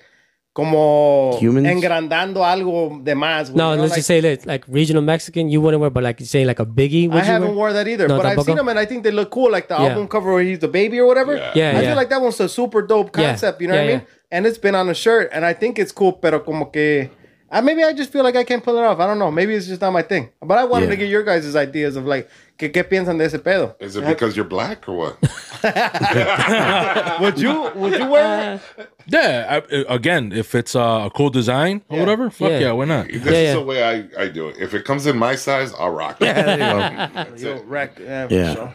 como
Humans?
engrandando algo de más. güey,
No,
you know,
let's
like-
just say that like regional Mexican, you wouldn't wear, but like you say like a Biggie. Would
I
you
haven't worn
wear?
that either,
No,
but I've
tampoco.
seen them and I think they look cool, like the
Yeah.
album cover where he's the baby or whatever.
Yeah.
Yeah,
I
yeah.
feel like that one's a super dope
Yeah.
concept, you know what I
Yeah,
mean? And it's been on a shirt, and I think it's cool, pero como que. I, maybe I just feel like I can't pull it off. I don't know. Maybe it's just not my thing. But I wanted to
Yeah.
get your guys' ideas of like, que, ¿qué piensan de ese pedo?
Is it because you're black or what?
Would you would you wear it?
Yeah, I, uh, again, if it's uh, a cool design or whatever, fuck yeah.
Yeah.
why not?
This
Yeah,
is
yeah.
the way I, I do it. If it comes in my size, I'll rock it.
Yo, wreck. Yeah. for
Uh, Yeah.
sure.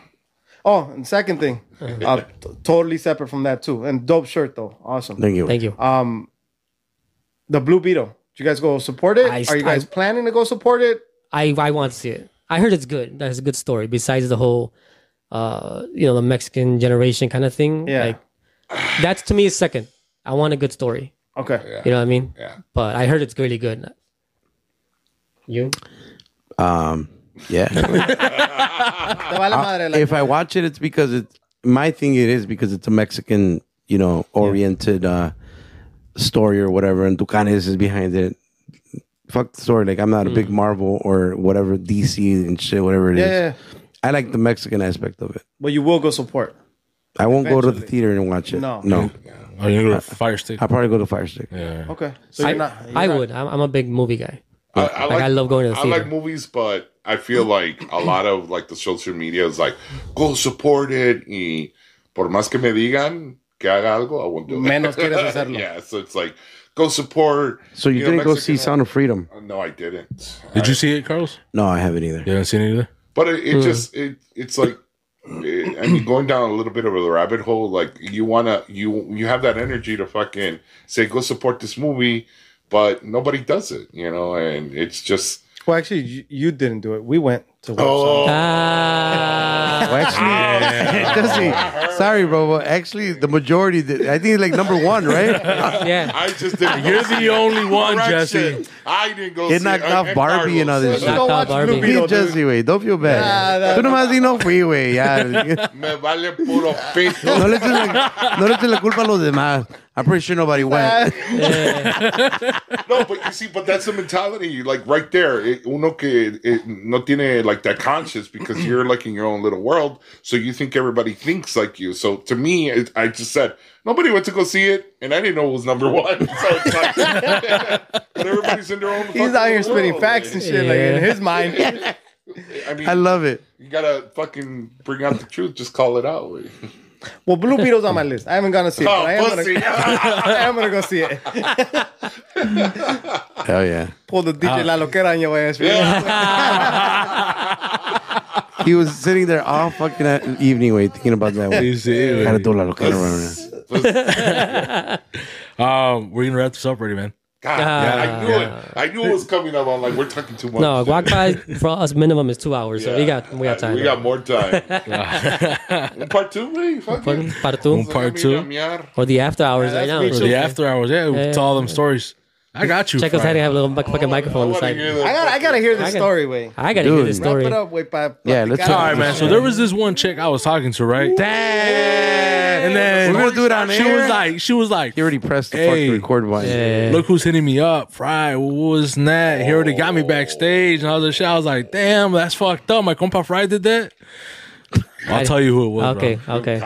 Oh, and second thing, uh, t- totally separate from that too, and dope shirt though, awesome.
Thank you.
Thank you.
Um, The Blue Beetle. Do you guys go support it?
I-
Are you guys
I-
planning to go support it?
I I want to see it. I heard it's good. That's a good story. Besides the whole, uh, you know, the Mexican generation kind of thing.
Yeah.
Like, that's to me is second. I want a good story.
Okay.
You know what I mean?
Yeah.
But I heard it's really good. You?
Um, yeah.
Te vale madre, like-
if I watch it, it's because it's my thing. It is because it's a Mexican, you know, oriented uh, story or whatever, and Ducanes is behind it. Fuck the story. Like I'm not a big Marvel or whatever DC and shit, whatever it is.
Hmm. yeah, yeah, yeah.
I like the Mexican aspect of it.
But you will go support.
I won't go to the
Eventually.
theater and watch it.
No.
no.
Oh, you're gonna go to Fire Stick.
I'll probably go to Fire Stick.
Yeah.
Okay. So
I,
you're not. you're
I
not-
would. I'm, I'm a big movie guy.
I, I
Like, I love going to the
I
theater.
like movies, but I feel like a lot of like the social media is like, go support it. Y por más que me digan que haga algo, I won't do it.
Menos quieres hacerlo.
yeah, so it's like, go support.
So you,
know,
didn't go see
Mexican-
Sound of Freedom?
No, I didn't.
Did you see it, Carlos?
No, I haven't either.
You haven't seen it either.
But it,
Hmm.
it just it it's like it, I mean going down a little bit of a rabbit hole. Like you wanna you you have that energy to fucking say go support this movie, but nobody does it, you know. And it's just
Well, actually, you, you didn't do it. We went to. Work,
oh
Ah,
Well, actually, Dusty, sorry, bro. Well, actually, the majority did. I think like number one, right?
yeah.
I just didn't.
You're the only one,
Correction.
Jesse.
I didn't go.
It
see
knocked
and-
off
and
Barbie and
Carlos.
other
so.
shit.
Let's go
Knocked out
watch
Barbie.
Blue
We
Beetle.
Be
dude.
Jesse, güey. Don't feel
Ah,
bad.
that-
Tú nomás di no fui, güey. ya.
Me vale puro pito.
No le eches la, no le eches la culpa a los demás. I'm pretty sure nobody went.
No, but you see, but that's the mentality. Like right there, it, uno que it, no tiene like that conscience because you're like in your own little world. So you think everybody thinks like you. So to me, it, I just said nobody went to go see it, and I didn't know it was number one. So it's like, but everybody's in their own.
He's
fucking
out here
world.
spitting facts and shit like in his mind.
I mean,
I love it.
you gotta fucking bring out the truth. Just call it out. Oh,
Well, Blue Beetle's on my list. I haven't gone to see it. but I, am
pussy.
Gonna, I am gonna go see it.
Hell yeah.
Pull the
Ah.
DJ La Loquera on your ass. bro.
He was sitting there all fucking at- evening, way thinking about that. güey. Cara
Um,
toda la loquera, güey.
Oh, we're gonna wrap this up already, man.
God, I knew it. I knew it was coming up. I'm like, we're talking too much.
No, guacamole for us minimum is two hours. So we got we got time.
We got more time. part two, really? Fuck
Part-
it.
part two
Part
Let me
two.
llamear.
or the after hours right
that's
now.
me
The after hours, yeah, we
yeah,
tell them stories. I got you.
Check us
Frank.
out. They have a little bu- fucking
I
microphone on the
wanna
side.
hear that
I gotta, I gotta hear this
I got-
story, way.
I gotta hear
Dude.
this
Wrap
story.
Wrap it up, way. Pa,
Yeah, let's
All right, man. So there was this one chick I was talking to, right?
Damn.
And then
We're gonna do it on
she
air?
was like, she was like,
He already pressed the
Hey.
fucking record button.
look who's hitting me up, Fry. What was that? He already
Oh.
got me backstage and all this shit. I was like, damn, that's fucked up. My compa Fry did that. I'll tell you who it was.
Okay,
bro.
okay.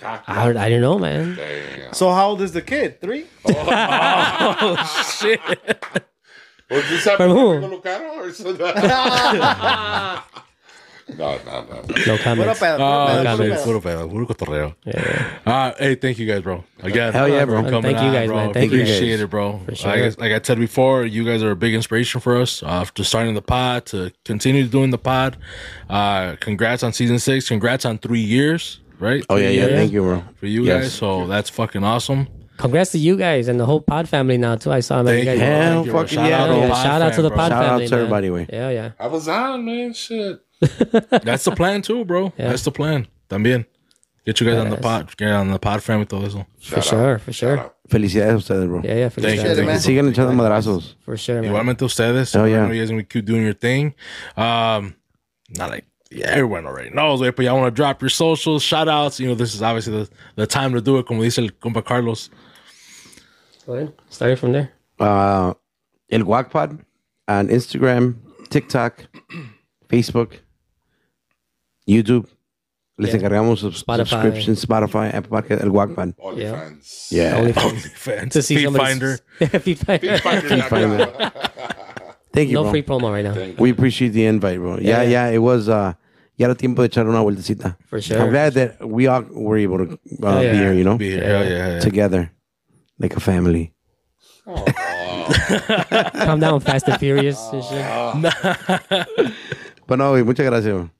cock
I, I don't know, man.
So how old is the kid? Three.
Shit.
Was this
From
happening
who?
to Lucano or something? no, no, no. no.
No
What up,
comments.
Adam?
Oh,
What up,
man,
Adam?
puro pedo, puro cotorreo. Uh, hey, thank you guys, bro. Again,
Hell yeah, bro.
for coming
Thank you
on,
guys,
bro.
man. Thank you guys.
Appreciate it, bro.
sure.
Like, I- like I said before, you guys are a big inspiration for us. Uh, to starting the pod, to continue doing the pod. Uh, congrats on season six. Congrats on three years, right?
Oh, yeah, yeah. Thank you, bro.
for you
Yes.
guys. So that's fucking awesome.
Congrats to you guys and the whole pod family now too. I saw man. You
Thank
guys,
you.
Hell
Thank you, bro.
fucking
Shout
yeah,
out
bro.
yeah,
pod
shout out
fam,
to the
bro.
pod
Shout out
family.
to everybody,
man.
we.
Yeah, yeah.
I was on, man. Shit.
That's the plan too, bro. That's the plan. También. Get you guys on the
Yes.
pod. Get on the pod fam with those.
For sure, for sure.
Felicidades a ustedes, bro.
Yeah, yeah, for
Thank you.
sure.
Thank you.
Sigan echando madrazos.
For sure, man.
Igualmente ustedes.
Oh,
Hell yeah.
I know you guys gonna keep doing your thing. Um, not like yeah, everyone already knows, right? But y'all want to drop your socials, shout outs. You know, this is obviously the, the time to do it. Como dice el compa Carlos.
Go ahead. Started from there.
uh, El Guac Pod on Instagram, TikTok, Facebook, YouTube. Les encargamos sub-
Spotify.
subscription, Spotify, Apple Podcast, El Guac Pod.
All
Yeah.
your friends.
Yeah.
Fans.
To see
Fee
somebody's-
Finder.
Feed Finder.
Thank you,
No
bro.
free promo right now.
We appreciate the invite, bro. Yeah, yeah, it was. Uh, ya era tiempo de echar una vueltecita.
For sure. Oh,
I'm glad that we all were able to uh,
yeah.
be here, you know,
Be here. Hell yeah. yeah.
together, like a family.
Calm down, Fast and Furious and shit.
But no, muchas gracias. bro.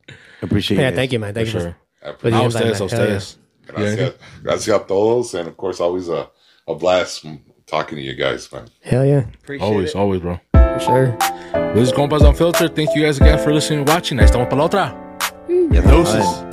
Appreciate
Yeah,
it.
thank you, man. Thank you.
sure.
for the
A
invite,
ustedes, a
man. Hell yeah.
ustedes.
Gracias. Gracias a todos. And of course, always a, a blast talking to you guys, man.
Hell yeah,
Appreciate
Always,
it.
always, bro.
for sure.
This is Compas Unfiltered. Thank you guys again for listening and watching. Hasta la otra.
Yeah,
Doses.
fine.